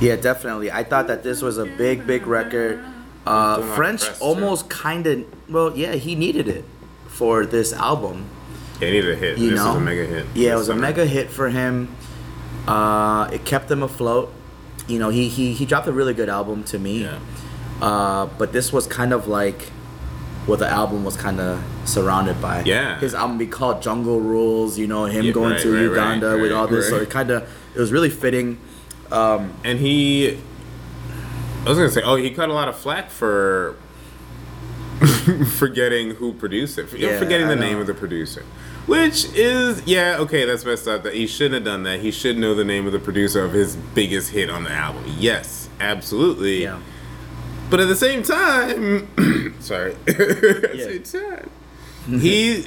Yeah, definitely. I thought that this was a big, big record. Uh, Doing my French best, too. almost kind of, well, yeah, he needed it for this album. They needed a hit. You this know, was a mega hit. Yeah, it this was a summer. mega hit for him. Uh, it kept him afloat. You know, he he he dropped a really good album to me. Yeah. Uh, but this was kind of like what the album was kind of surrounded by. Yeah. His album be called Jungle Rules. You know, him Yeah, going right, to right, right, Uganda with right, all this. So right. it kind of it was really fitting. And he, I was gonna say, oh, he cut a lot of flack for forgetting who produced it, for, Yeah, forgetting the I name know. of the producer, which is yeah, okay, that's messed up. That he shouldn't have done that. He should know the name of the producer of his biggest hit on the album. Yes, absolutely. Yeah. But at the same time, sorry, at the Yeah. same time, he.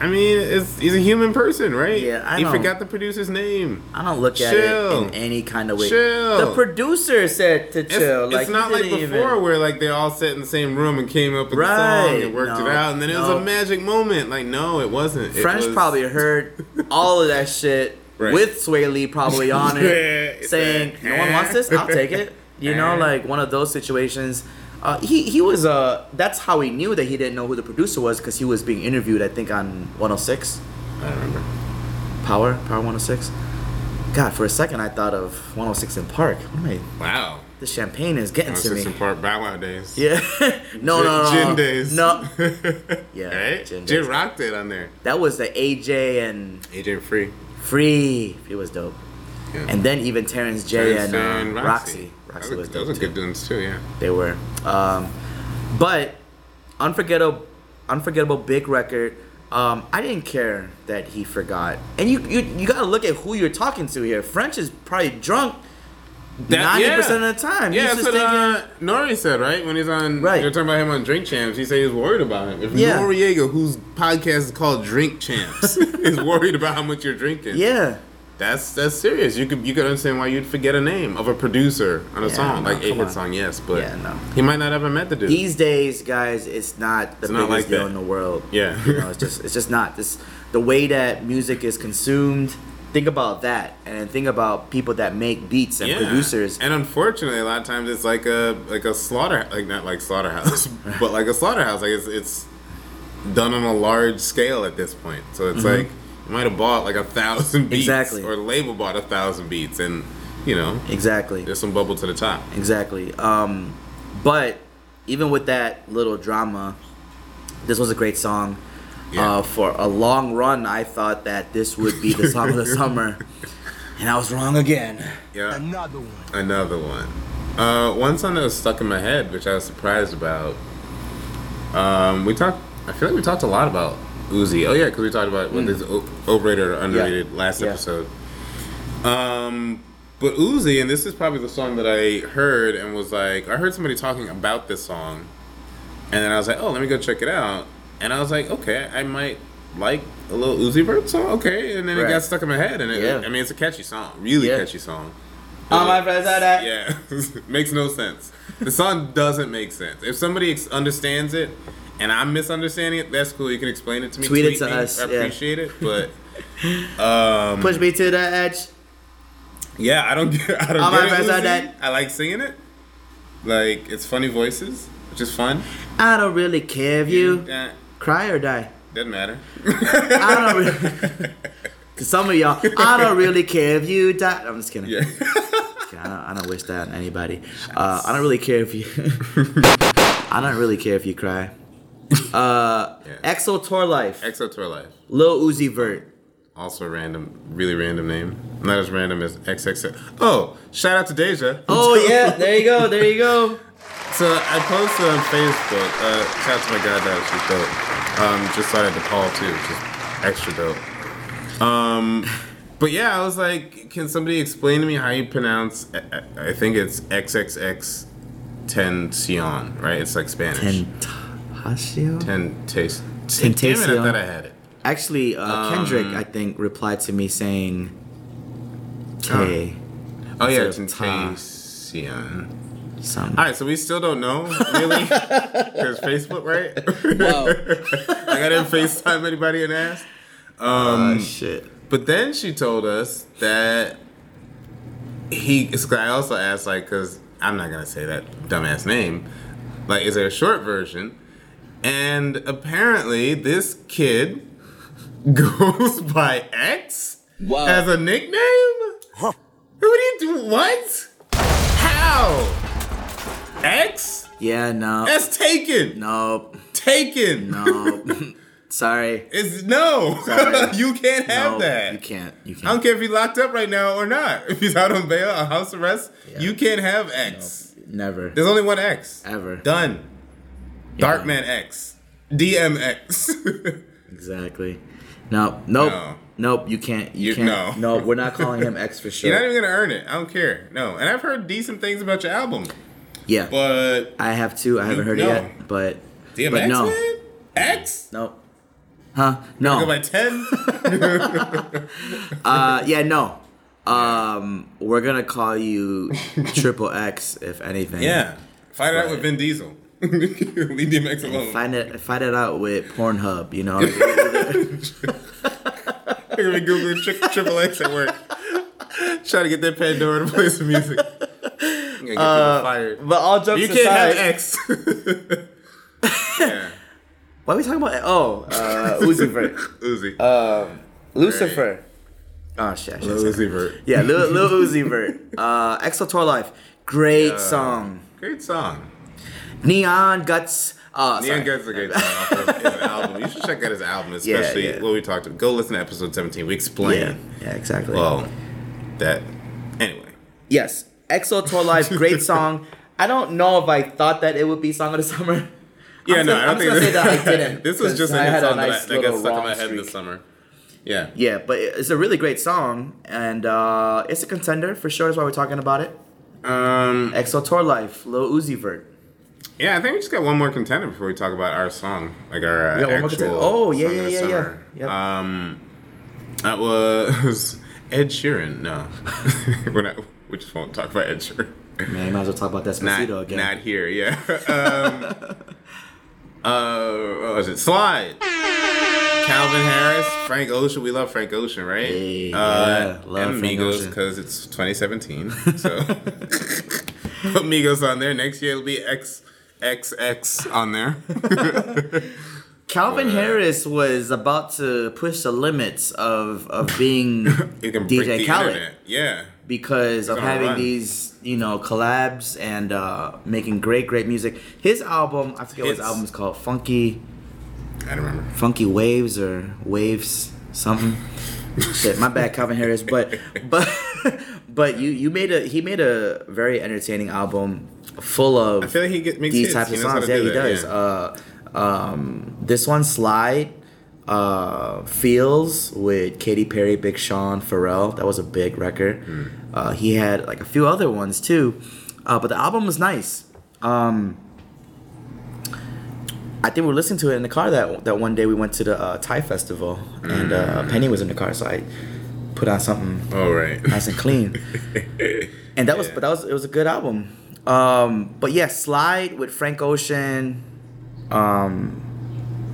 I mean, it's, he's a human person, right? Yeah, I He know. forgot the producer's name. I don't look at Chill. it in any kind of way. Chill. The producer said to It's, chill. it's like, he not like didn't before even- where like they all sat in the same room and came up with the Right. song and worked No, it out, and then it was no. a magic moment. Like no, it wasn't. It French was- probably heard all of that shit Right. with Sway Lee probably on it, Yeah, saying, it's like, "No one wants this. I'll take it." You know, like one of those situations. Uh, he he was uh that's how he knew that he didn't know who the producer was because he was being interviewed I think on 106 I remember. Power Power 106. God, for a second I thought of 106 in Park. What am I- Wow. the champagne is getting to me. Sixteen part Bow Wow days. Yeah. no, no, no. Gin no. days. No, Yeah, yeah. Right. Gin Gin, days. rocked it on there. that was the AJ and AJ Free. Free. It was dope. Yeah. And then even Terrence J Terrence and, uh, and Roxy. Roxy, That was, was dope those are too. good dudes too. Yeah. They were. Um, but unforgettable, unforgettable big record. Um, I didn't care that he forgot. And you, you, you gotta look at who you're talking to here. French is probably drunk That- ninety percent yeah. of the time. Yeah, He's that's just what thinking, uh, Nori said, right? When he's on, Right. You're talking about him on Drink Champs. He said he was worried about him. If Yeah. Noriega, whose podcast is called Drink Champs, is worried about how much you're drinking, yeah, that's that's serious. You could you could understand why you'd forget a name of a producer on a Yeah, song, no, like a come hit on. song, yes, but Yeah, no. he might not ever met the dude. these days, guys, it's not the It's biggest not like deal that. in the world. Yeah. you know, it's just it's just not this. The way that music is consumed. Think about that, and think about people that make beats and Yeah. producers. and unfortunately, a lot of times it's like a like a slaughter like not like slaughterhouse, but like a slaughterhouse. Like it's it's done on a large scale at this point. So it's like you might have bought like a thousand beats, Mm-hmm. Exactly. or the label bought a thousand beats, and you know Exactly. there's some bubble to the top. Exactly. Um, but even with that little drama, this was a great song. Yeah. Uh, for a long run, I thought that this would be the song of the summer, and I was wrong again. Yeah, Another one. another one. Uh, one song that was stuck in my head, which I was surprised about. Um, we talked. I feel like we talked a lot about Uzi. Oh yeah, because we talked about whether it's o- overrated or underrated last Mm. Yeah. episode. Um, but Uzi, and this is probably the song that I heard and was like, I heard somebody talking about this song, and then I was like, oh, let me go check it out, and I was like, okay, I might like a little Uzi Vert song, okay, and then Right. it got stuck in my head, and it, Yeah. I mean, it's a catchy song, really Yeah. catchy song. All my friends are that. Yeah, makes no sense. The song doesn't make sense. If somebody ex- understands it and I'm misunderstanding it, that's cool. You can explain it to me. Tweet it to me. us, I yeah. appreciate it, but Push me to the edge. yeah, I don't get. I don't All my get it, friends are Uzi. dead. I like singing it. Like it's funny voices, which is fun. I don't really care if you Eh, cry or die. doesn't matter. I don't really. Cause some of y'all, I don't really care if you die. I'm just kidding. Yeah. I don't, I don't wish that on anybody. Uh, I don't really care if you. I don't really care if you cry. yeah. Exo Tour Life, Exo Tour Life. Lil Uzi Vert. Also a random, really random name. Not as random as XX. Oh, shout out to Deja. Oh yeah, there you go, there you go. So I posted on Facebook. Uh, shout out to my god, that she's dope. Um, just started to Paul too, just extra dope. Um, but yeah, I was like, can somebody explain to me how you pronounce? I- I I think it's XXX Tentacion, right? It's like Spanish. Tentacion. Ten taste. Damn it, I Tentacion. thought I had it. Actually, uh, Kendrick, I think, replied to me saying, "Tay." Oh yeah, Instead of ta. Tentacion. Some. All right, so we still don't know really because Facebook, right? like I didn't FaceTime anybody and ask. Uh, shit. But then she told us that he. 'cause I also asked, like, because I'm not gonna say that dumbass name. Like, is there a short version? And apparently, this kid goes by X Wow. as a nickname. What do you do? What? How? X? Yeah, no. That's taken. Nope. Taken. Nope. Sorry. It's no. Sorry. you can't have Nope. that. You can't. You can't. I don't care if he's locked up right now or not. If he's out on bail or house arrest, Yeah. you can't have X. Never. There's only one X. Ever. Done. Darkman X. DMX. Exactly. No. Nope. No. Nope. You can't. You, You- can't. no. No. We're not calling him X for sure. You're not even gonna earn it. I don't care. No. And I've heard decent things about your album. yeah. But I have two. I haven't heard No. it yet. But. DMX but no. man? X? Nope. Huh? Go by No. ten? Uh, yeah. No. Um, we're gonna call you Triple X if anything. yeah. Find out with Vin Diesel. Leave DMX alone. Find it. Find it out with Pornhub. You know. I'm gonna be googling tri- triple X at work. Trying to get that Pandora to play some music. Uh, I'm gonna get people fired. but all jokes You can't have X. yeah, Why are we talking about? Oh, uh, Uzi Vert. Uh, Uzi. Lucifer. Oh shit. I should've said- Uzi Vert. Yeah, Lil, Lil Uzi Vert. Uh, Exo Tour Life. Great song. Great song. Neon Guts. Uh, Neon sorry. Guns is a great song off of his album. You should check out his album, especially yeah. what we talked about. Go listen to episode 17. We explain. Yeah, yeah, exactly. Well, that. Anyway. yes, Exo Tour Life. Great song. I don't know if I thought that it would be song of the summer. Yeah, I'm no, just- I don't I'm think just gonna say that I didn't, this was 'cause just a I hit had a song nice that, I, that got little stuck in my wrong head this streak. summer. Yeah. Yeah, but it- it's a really great song, and uh, it's a contender for sure. That's why we're talking about it. Um. Exo Tour Life. Lil Uzi Vert. Yeah, I think we just got one more contender before we talk about our song, like our uh, We got one actual. more contender. Oh, yeah, song yeah, of the yeah, yeah. summer. Yep. Um, that was Ed Sheeran. No, we're not. We just won't talk about Ed Sheeran. Man, you might as well talk about Not, Despacito again. not here. Yeah. um, uh, what was it? Slide. Calvin Harris, Frank Ocean. We love Frank Ocean, right? Hey, uh, yeah, love and Frank Migos Ocean. because it's 2017. So put Migos on there. Next year it'll be X X X on there. Calvin Harris was about to push the limits of of being you can break DJ the Khaled internet. Yeah. because of on a having run. these you know collabs and uh, making great great music. His album, I forget what his Hits. album's called, Funky I don't remember. Funky Waves or Waves something. Shit, my bad, Calvin Harris. But but but you you made a he made a very entertaining album full of I feel like he get, makes these hits. types He of knows how to songs. Yeah, do he that, does. yeah. Uh, um, this one, Slide, uh, Feels with Katy Perry, Big Sean, Pharrell. That was a big record. Hmm. Uh, he had like a few other ones too, uh, but the album was nice. Um, I think we were listening to it in the car that that one day we went to the uh, Thai festival and uh, Penny was in the car, so I put on something All Oh, right. nice and clean. and that was, but that was, it was a good album. Um, but yeah, Slide with Frank Ocean. Um,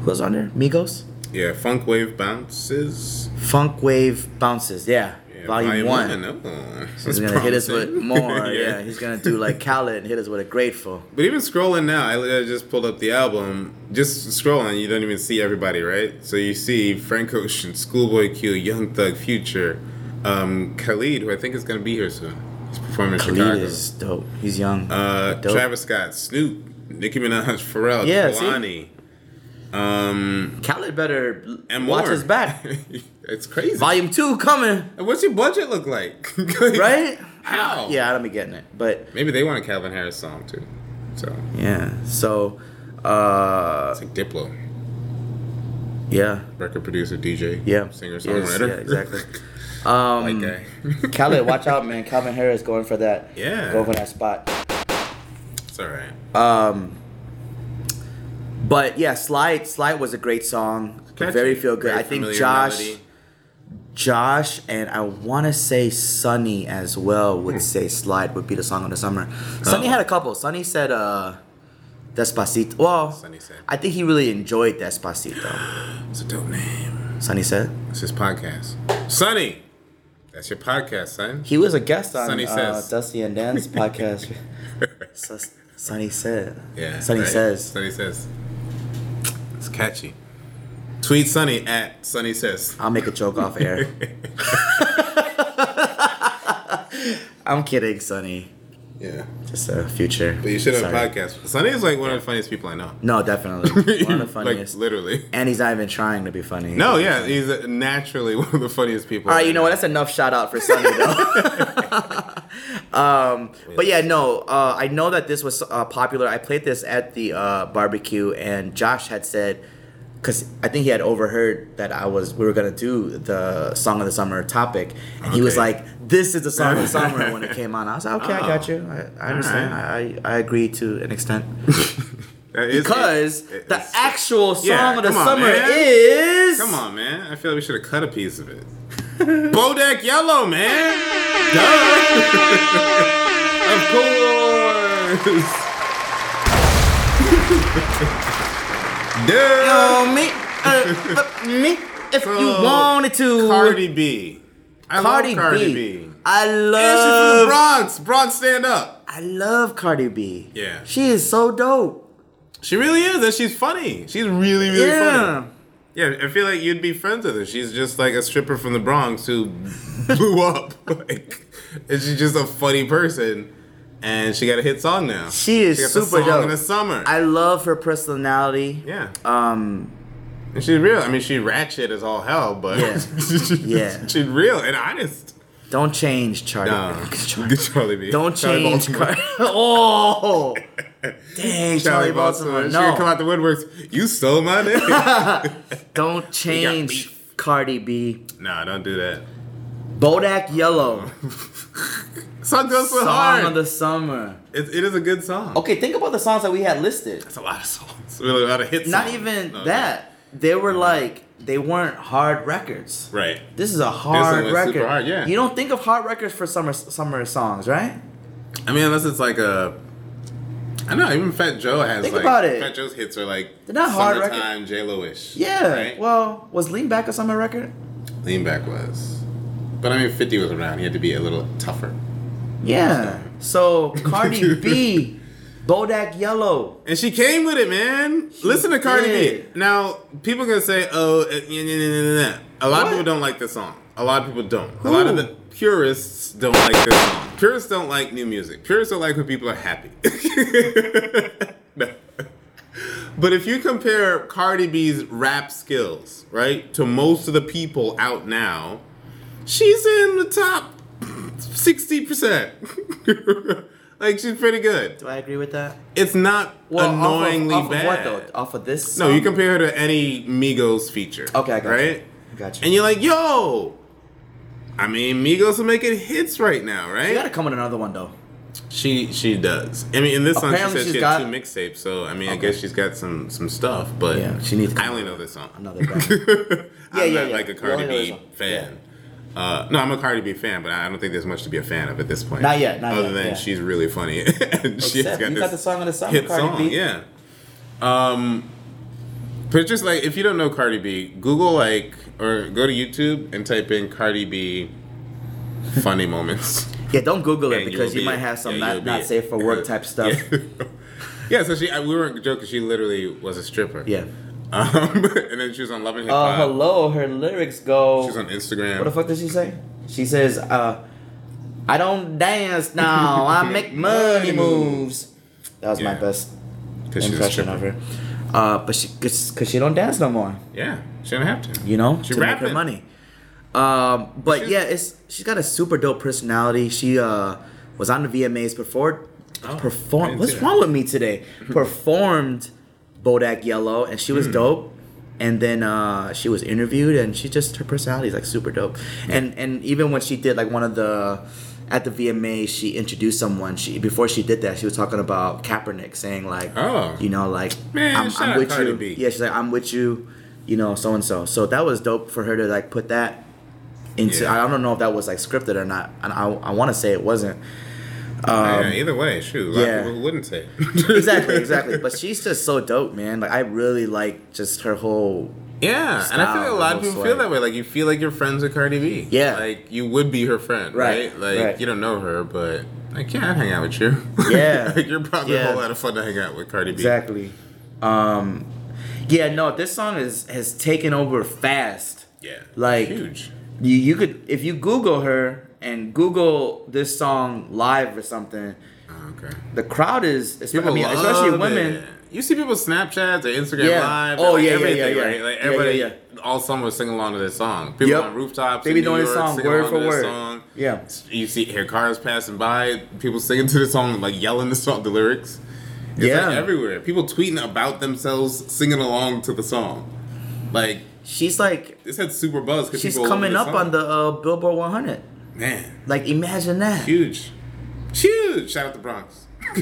who was on there? Migos. Yeah, Funk Wave Bounces. Funk Wave bounces. Yeah, Yeah, volume, one. oh, He's that's gonna hit us with promising. more. yeah. he's gonna do like Khaled and hit us with a grateful. But even scrolling now, I literally just pulled up the album. Just scrolling, you don't even see everybody, right? So you see Frank Ocean, Schoolboy Q, Young Thug, Future, um, Khalid, who I think is going to be here soon. He's performing in Khalid Chicago. is dope. He's young. uh, dope. Travis Scott, Snoop, Nicki Minaj, Pharrell, Yeah, see? Kalani, um, Khaled better and more. watch his back. it's crazy. Volume two coming, And What's your budget look like? Like, right? How? Yeah, I don't be getting it, but Maybe they want a Calvin Harris song too. So yeah. So, uh, it's like Diplo, yeah. record producer, DJ, Yeah. singer, Yes, songwriter. yeah, exactly. Um, Mm. White guy. Khaled, watch out, man. Calvin Harris going for that. Yeah. Going for that spot. It's all right. But yeah, Slide Slide was a great song. Catchy. Very feel good. Very I think familiar Josh melody. Josh and I want to say Sunny as well would Hmm. say "Slide" would be the song of the summer. Sunny had a couple. Sunny said uh, "Despacito." Well, Sunny said. I think he really enjoyed "Despacito." It's a dope name. Sunny said It's his podcast. Sonny! That's your podcast, son. he was a guest on Sunny uh, says. Dusty and Dan's podcast. So, Sunny said. Yeah. Sunny right? says. Sunny says. It's catchy. Tweet Sunny at Sunny says. I'll make a joke off air. I'm kidding, Sunny. Yeah. Just a future. But you should have a Sorry. podcast. Sunny is like one of the funniest people I know. No, definitely. One of the funniest. like, literally. and he's not even trying to be funny. No, yeah, he's naturally one of the funniest people. All right, you know what? That's enough shout out for Sunny though. um, but yeah, no, uh, I know that this was uh, popular. I played this at the uh, barbecue, and Josh had said, because I think he had overheard that I was we were gonna do the song of the summer topic, and he was Okay. like, "This is the song of the summer." When it came on, I was like, "Okay, I got Oh. you. I, I understand. I, I agree to an extent." That is- Because it- it- the it's- actual song Yeah, of the come on, summer man. is Come on, man. I feel like we should have cut a piece of it. Bodak Yellow, man. Duh. of course. Duh. on me, uh, uh, me, if So, you wanted to. Cardi B. I Cardi, love Cardi B. B. I And she's from the love. Bronx. Bronx, stand up. I love Cardi B. Yeah. She is so dope. She really is, and she's funny. She's really, really funny. Yeah. Yeah, I feel like you'd be friends with her. She's just like a stripper from the Bronx who blew up. Like, and she's just a funny person. And she got a hit song now. She is got the super song dope. in the summer. I love her personality. yeah. Um, And she's real. I mean, she ratchet as all hell, but Yeah. Yeah. she's real and honest. don't change Charlie. No. Charlie. Charlie B. Don't Charlie change Baltimore. Cardi. Oh, dang, Charlie, Charlie Baltimore. Baltimore. She No, would come out the woodworks. You stole my name. don't change beef. Cardi B. nah, don't do that. Bodak Yellow, Song goes so song hard. of the summer. it, it is a good song. Okay, think about the songs that we had listed. It's a lot of songs. Really, a lot of hits. Not even that. They were like they weren't hard records. Right. This is a hard was super record. hard, yeah. You don't think of hard records for summer summer songs, right? I mean, unless it's like a. I know. Even Fat Joe has Think like about it. Fat Joe's hits are like They're not hard record- summertime J Lo ish. Yeah. Right? Well, was Lean Back a summer record? Lean Back was, but I mean, Fifty was around. He had to be a little tougher. Yeah. So Cardi B, Bodak Yellow. And she came with it, man. Listen to Cardi did. B. Now, people gonna say, "Oh, uh, yeah, yeah, yeah, yeah, yeah." a lot What? of people don't like this song. A lot of people don't. A lot of the purists don't like this song. Purists don't like new music. Purists don't like when people are happy. No. But if you compare Cardi B's rap skills, right, to most of the people out now, she's in the top sixty percent. like she's pretty good. Do I agree with that? It's not Well, off of- annoyingly off of, bad. what though? Off of this. No, you song? compare her to any Migos feature. Okay, I got you. right. Gotcha. And you're like, yo. I mean, Migos are making hits right now, right? you gotta come with another one though. She she does. I mean, in this song, she Apparently says she she's had got- two mixtapes, so I mean, I Okay. guess she's got some some stuff. But Yeah, she needs to I come only up know this song. another band. Yeah, I'm yeah, not yeah. like a You only Cardi know B this song. fan. Uh, no, I'm a Cardi B fan, but I don't think there's much to be a fan of at this point. Not yet, not Other yet, than yeah. she's really funny. and she has Except you got the song of the summer, hit Cardi song, B. yeah. Um, but just like if you don't know Cardi B, Google like or go to YouTube and type in Cardi B funny moments. Yeah, don't Google it And because will you be might it. have some Yeah, you'll not, be not it. safe for work type stuff. Yeah, Yeah, so she I, we weren't joking. She literally was a stripper. Yeah. Um, and then she was on Love and Hip Uh, Hop. hello. Her lyrics go. She's on Instagram. What the fuck does she say? She says, uh, I don't dance now, I make money moves. That was my Yeah. best 'Cause she's a impression of stripper. her. Uh, but she, cause, 'cause she don't dance no more, Yeah, she didn't have to. you know, She to make her rapping. money. Um, but She's- yeah, it's she's got a super dope personality. She uh was on the VMAs before. Oh, I performed. didn't What's see that. wrong with me today? performed Bodak Yellow, and she Hmm. was dope. And then uh, she was interviewed, and she just her personality is like super dope. And and even when she did like one of the at the VMA, she introduced someone. She before she did that, she was talking about Kaepernick, saying like, Oh. you know, like Man, I'm, shout I'm out with Cardi you. B. Yeah, she's like I'm with you, you know, so and so. So that was dope for her to like put that into. Yeah. I don't know if that was like scripted or not, and I I want to say it wasn't. yeah, either way, shoot, a lot um, yeah. of people wouldn't say. exactly, exactly. But she's just so dope, man. Like I really like just her whole. Yeah, and I feel like a style lot of looks people feel like- that way. Like you feel like you're friends with Cardi B. Yeah. like you would be her friend, Right, right? Like right. you don't know her, but like yeah, I'd hang out with you. Yeah. like, you're probably a Yeah. whole lot of fun to hang out with Cardi B. Exactly. Um, yeah, no, this song is has taken over fast. Yeah, Like- huge. You you could if you Google her and Google this song live or something, Oh, Okay. the crowd is. Espe- I mean, especially love women. it. You see people Snapchats or Instagram Yeah. Live. Oh, like, yeah, yeah, everything, yeah, yeah. Right? Like Yeah, everybody yeah, all summer singing along to this song. People Yep. on rooftops. They be in New doing this York song singing word along for to this word. Song. Yeah. You see, hear cars passing by, people singing to the song, like yelling the song, the lyrics. It's Yeah. like everywhere. People tweeting about themselves singing along to the song. Like She's like this had super buzz because she's coming up on the uh, Billboard 100. man Like imagine that. huge, huge. Shout out the Bronx.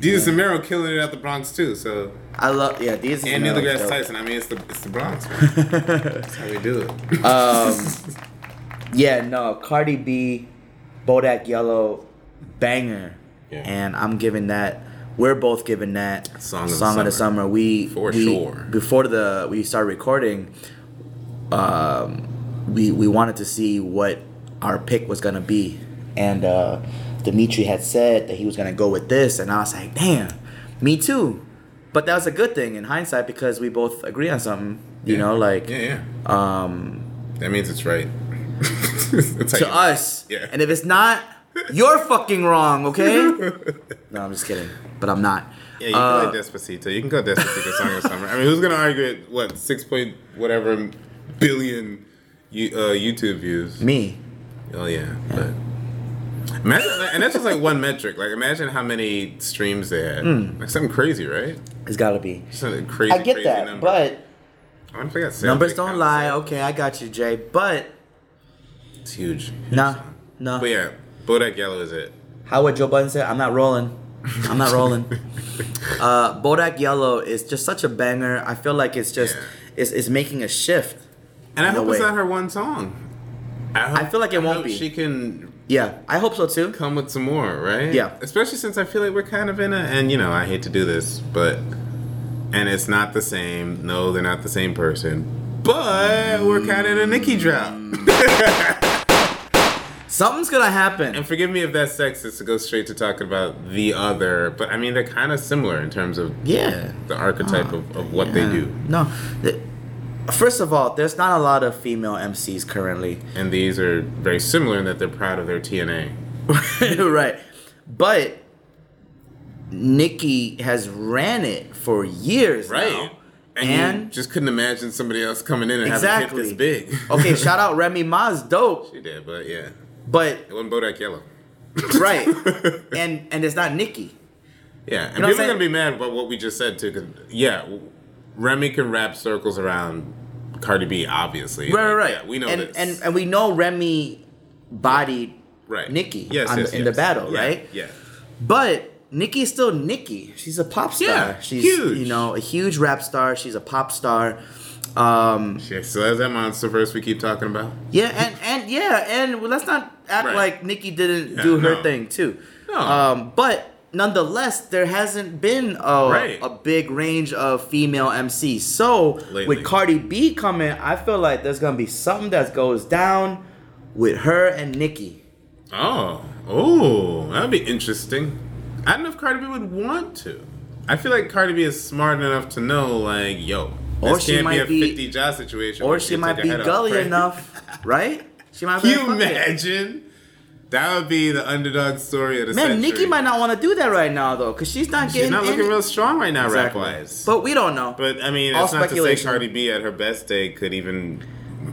Jesus and Mero killing it at the Bronx too. So I love yeah these. And Neil are deGrasse dope. Tyson. I mean, it's the it's the Bronx. Man. That's how we do Uh, it. Yeah, no, Cardi B, Bodak Yellow, banger, Yeah. and I'm giving that. We're both giving that Song of the summer. summer. We For we- sure. before the we started recording, um, we we wanted to see what our pick was gonna be, and uh, Dimitri had said that he was gonna go with this, and I was like, damn, me too. But that was a good thing in hindsight because we both agree on something. You Yeah. know, like yeah, yeah. Um, that means it's right. That's how to you- us. Yeah. And if it's not, you're fucking wrong, okay? no, I'm just kidding. But I'm not. Yeah, you Uh, can go Despacito. You can go Despacito song of the summer. I mean, who's gonna argue it? What six point whatever billion you, uh, YouTube views? me. Oh yeah, but imagine, and that's just like one metric. Like imagine how many streams they had. Like something crazy, right? It's gotta be. Just a crazy. Hmm. I get crazy that, number. but I wonder if they got sales numbers that don't count. lie. Okay, I got you, Jay. But It's huge. nah, nah. But yeah, Bodak Yellow is it. How would Joe Budden say? I'm not rolling. I'm not rolling. uh, Bodak Yellow is just such a banger. I feel like it's just Yeah. it's, it's making a shift. And I No hope it's way. not her one song. hope- feel like it I won't hope be. She can Yeah, I hope so too. come with some more, right? Yeah. Especially since I feel like we're kind of in a, and you know, I hate to do this, but, and it's not the same. No, they're not the same person. But we're kind of in a Nicki drop. Something's gonna happen. And forgive me if that's sexist to go straight to talking about the other, but I mean, they're kind of similar in terms of Yeah. the archetype Ah, of, of what they do. No. th- First of all, there's not a lot of female MCs currently. And these are very similar in that they're proud of their TNA. right. But Nikki has ran it for years. Right. now. And, you And- just couldn't imagine somebody else coming in and Exactly. having a hit this big. okay, shout out Remy Ma's dope. she did, but yeah. But It wasn't Bodak Yellow. right. And and it's not Nikki. Yeah, and You know people what I'm are saying? gonna be mad about what we just said too. Cause yeah, Remy can wrap circles around Cardi B, obviously. Right, right, Like, right. Yeah, we know and, this. And uh, and we know Remy bodied right, Nikki Yes, on the- yes, in the yes. battle, Yeah, right? Yeah. But Nikki's still Nikki. She's a pop star. Yeah, She's huge. you know, a huge rap star. She's a pop star. Um She still has that monster verse we keep talking about. Yeah, and and yeah, and well, let's not act Right. like Nikki didn't Yeah, do her no. thing too. No. Um, but nonetheless, there hasn't been a, Right. a big range of female MCs. So Lately. with Cardi B coming, I feel like there's gonna be something that goes down with her and Nikki. Oh, oh, that'd be interesting. I don't know if Cardi B would want to. I feel like Cardi B is smart enough to know, like, yo, this Or can't she be might a be- fifty job situation. Or where she can might take be her head off, gully right? enough, right? She Can might be you like, "Fuck it." imagine? That would be the underdog story of the Man, century. Nikki might not want to do that right now though, cause she's not She's getting not looking any- real strong right now, Exactly. rap wise. But, But we don't know. I mean, All it's not to say speculation. Cardi B at her best day could even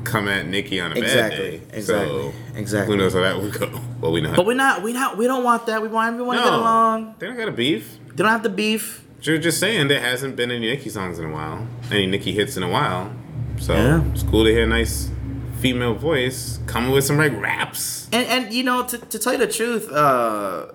come at Nikki on a Exactly, bad day. exactly, So, exactly. Who knows how that would go? Well, we know. but we're not. We not. We don't want that. We want everyone to get along. They don't got a beef. They don't have the beef. You're just saying there hasn't been any Nicki songs in a while, any Nicki hits in a while. So Yeah. it's cool to hear a nice female voice coming with some like raps. And and you know, to, to tell you the truth, uh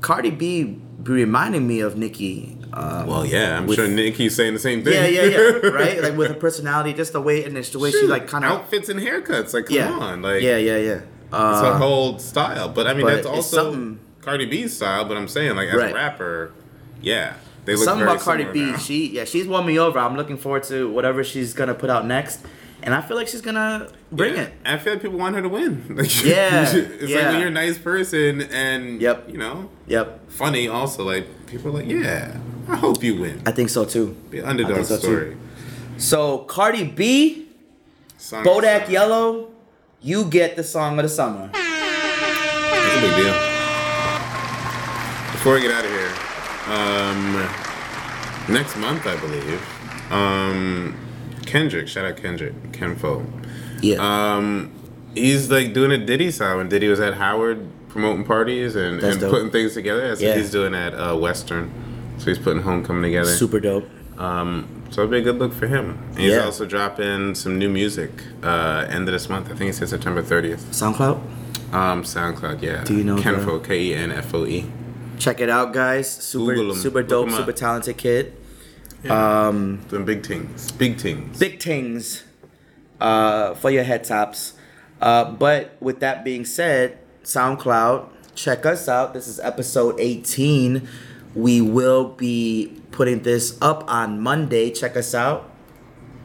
Cardi B reminded me of Nicki well, yeah, I'm with- sure Nikki's saying the same thing. Yeah, yeah, yeah. Right? Like with her personality, just the way and it's the way she Shoot, like kind of outfits and haircuts. Like, come yeah. on, like yeah, yeah, yeah. it's Uh, her whole style. But I mean, but that's it's also something- Cardi B's style. But I'm saying, like, as Right. a rapper, yeah, they look something very about Cardi similar B. now. She yeah, she's won me over. I'm looking forward to whatever she's gonna put out next, and I feel like she's gonna bring Yeah. it. I feel like people want her to win. Like, Yeah, it's like yeah. when you're a nice person and Yep. you know, Yep, funny. Also, like people are like, yeah, I hope you win. I think so too. Be an I underdog think so, too. story. So Cardi B, Song of the Bodak summer. Yellow, you get the song of the summer. It's a big deal. Before we get out of here, um, next month I believe, um, Kendrick. Shout out Kendrick, Kenfo. Yeah, Um, he's like doing a Diddy style when Diddy was at Howard promoting parties and, That's and dope. putting things together. That's Yeah. what he's doing at uh, Western. So he's putting homecoming together. super dope. Um, so it'll be a good look for him. And he's Yeah. also dropping some new music uh, end of this month. I think it's September 30th. SoundCloud, Um, SoundCloud, yeah. Do you know Kenfo? K e n f o e. check it out, guys. Super Google 'em. super Look dope, 'em up. super talented kid. Doing big things. Big things. big things uh, for your head tops. Uh, but with that being said, SoundCloud, check us out. This is episode 18. We will be putting this up on Monday. Check us out.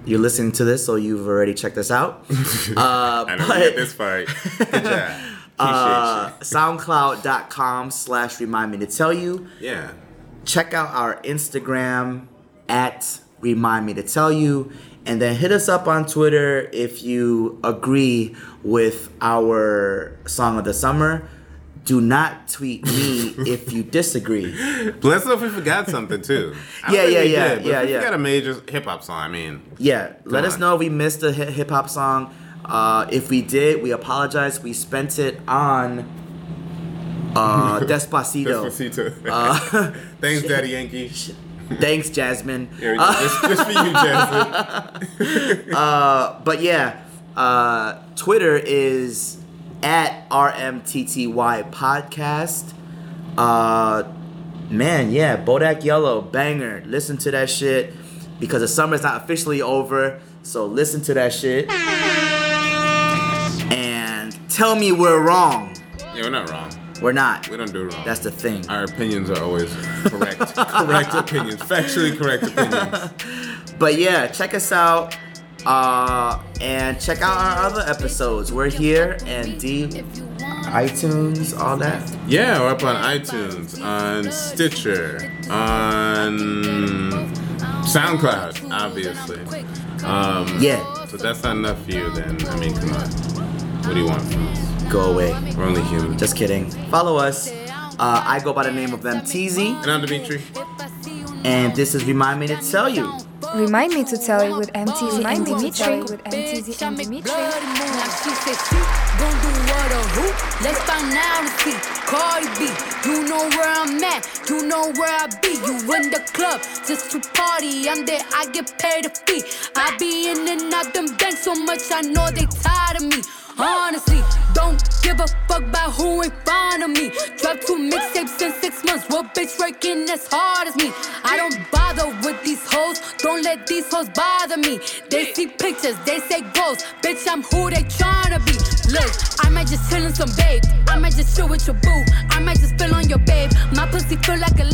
You're listening to this, so you've already checked us out. Uh, I know we but- got this part. Good job. Appreciate Uh, SoundCloud.com slash remind me to tell you. you. Yeah. check out our Instagram at Remind Me to Tell You, and then hit us up on Twitter if you agree with our song of the summer. Do not tweet me if you disagree. But let's know if we forgot something too. I don't Yeah, think yeah, we yeah, did, but yeah, if we yeah. forgot a major hip hop song. I mean, Yeah, let us on. know if we missed a hip hop song. Uh, if we did, we apologize. We spent it on uh, that's Despacito. what Sita. Uh, Thanks, Daddy Yankee. Thanks, Jasmine. Here we go. just, just for you, Jasmine. But yeah, uh, Twitter is at RMTTY podcast. Uh, man, yeah, Bodak Yellow, banger. Listen to that shit because the summer's not officially over. So listen to that shit. And tell me we're wrong. Yeah, we're not wrong. We're not. We don't do wrong. That's the thing. Our opinions are always correct. correct opinions. Factually correct opinions. But yeah, check us out. Uh, and check out our other episodes. We're here and D iTunes, all that. Yeah, we're up on iTunes, on Stitcher, on SoundCloud, obviously. Um, Yeah. So if that's not enough for you, then, I mean, come on. What do you want from us? Go away. We're only human. Just kidding. Follow us. Uh, I go by the name of MTZ, and I'm Dimitri. and this is Remind Me to Tell You. Remind me to tell you with MTZ Remind and me to tell Dimitri. you With MTZ and Dimitri. Now she said she gon' do what or who? Let's find out and see. Cardi B, you know where I'm at, you know where I be. You in the club just to party. I'm there, I get paid a fee. I be in and out them banks so much, I know they tired of me. Honestly, don't give a fuck about who ain't fond of me. Drop two mixtapes in six months. What bitch working as hard as me? I don't bother with these hoes. Don't let these hoes bother me. They see pictures, they say goals. Bitch, I'm who they tryna be. Look, I might just chill in some babe. I might just chill with your boo. I might just spill on your babe. My pussy feel like a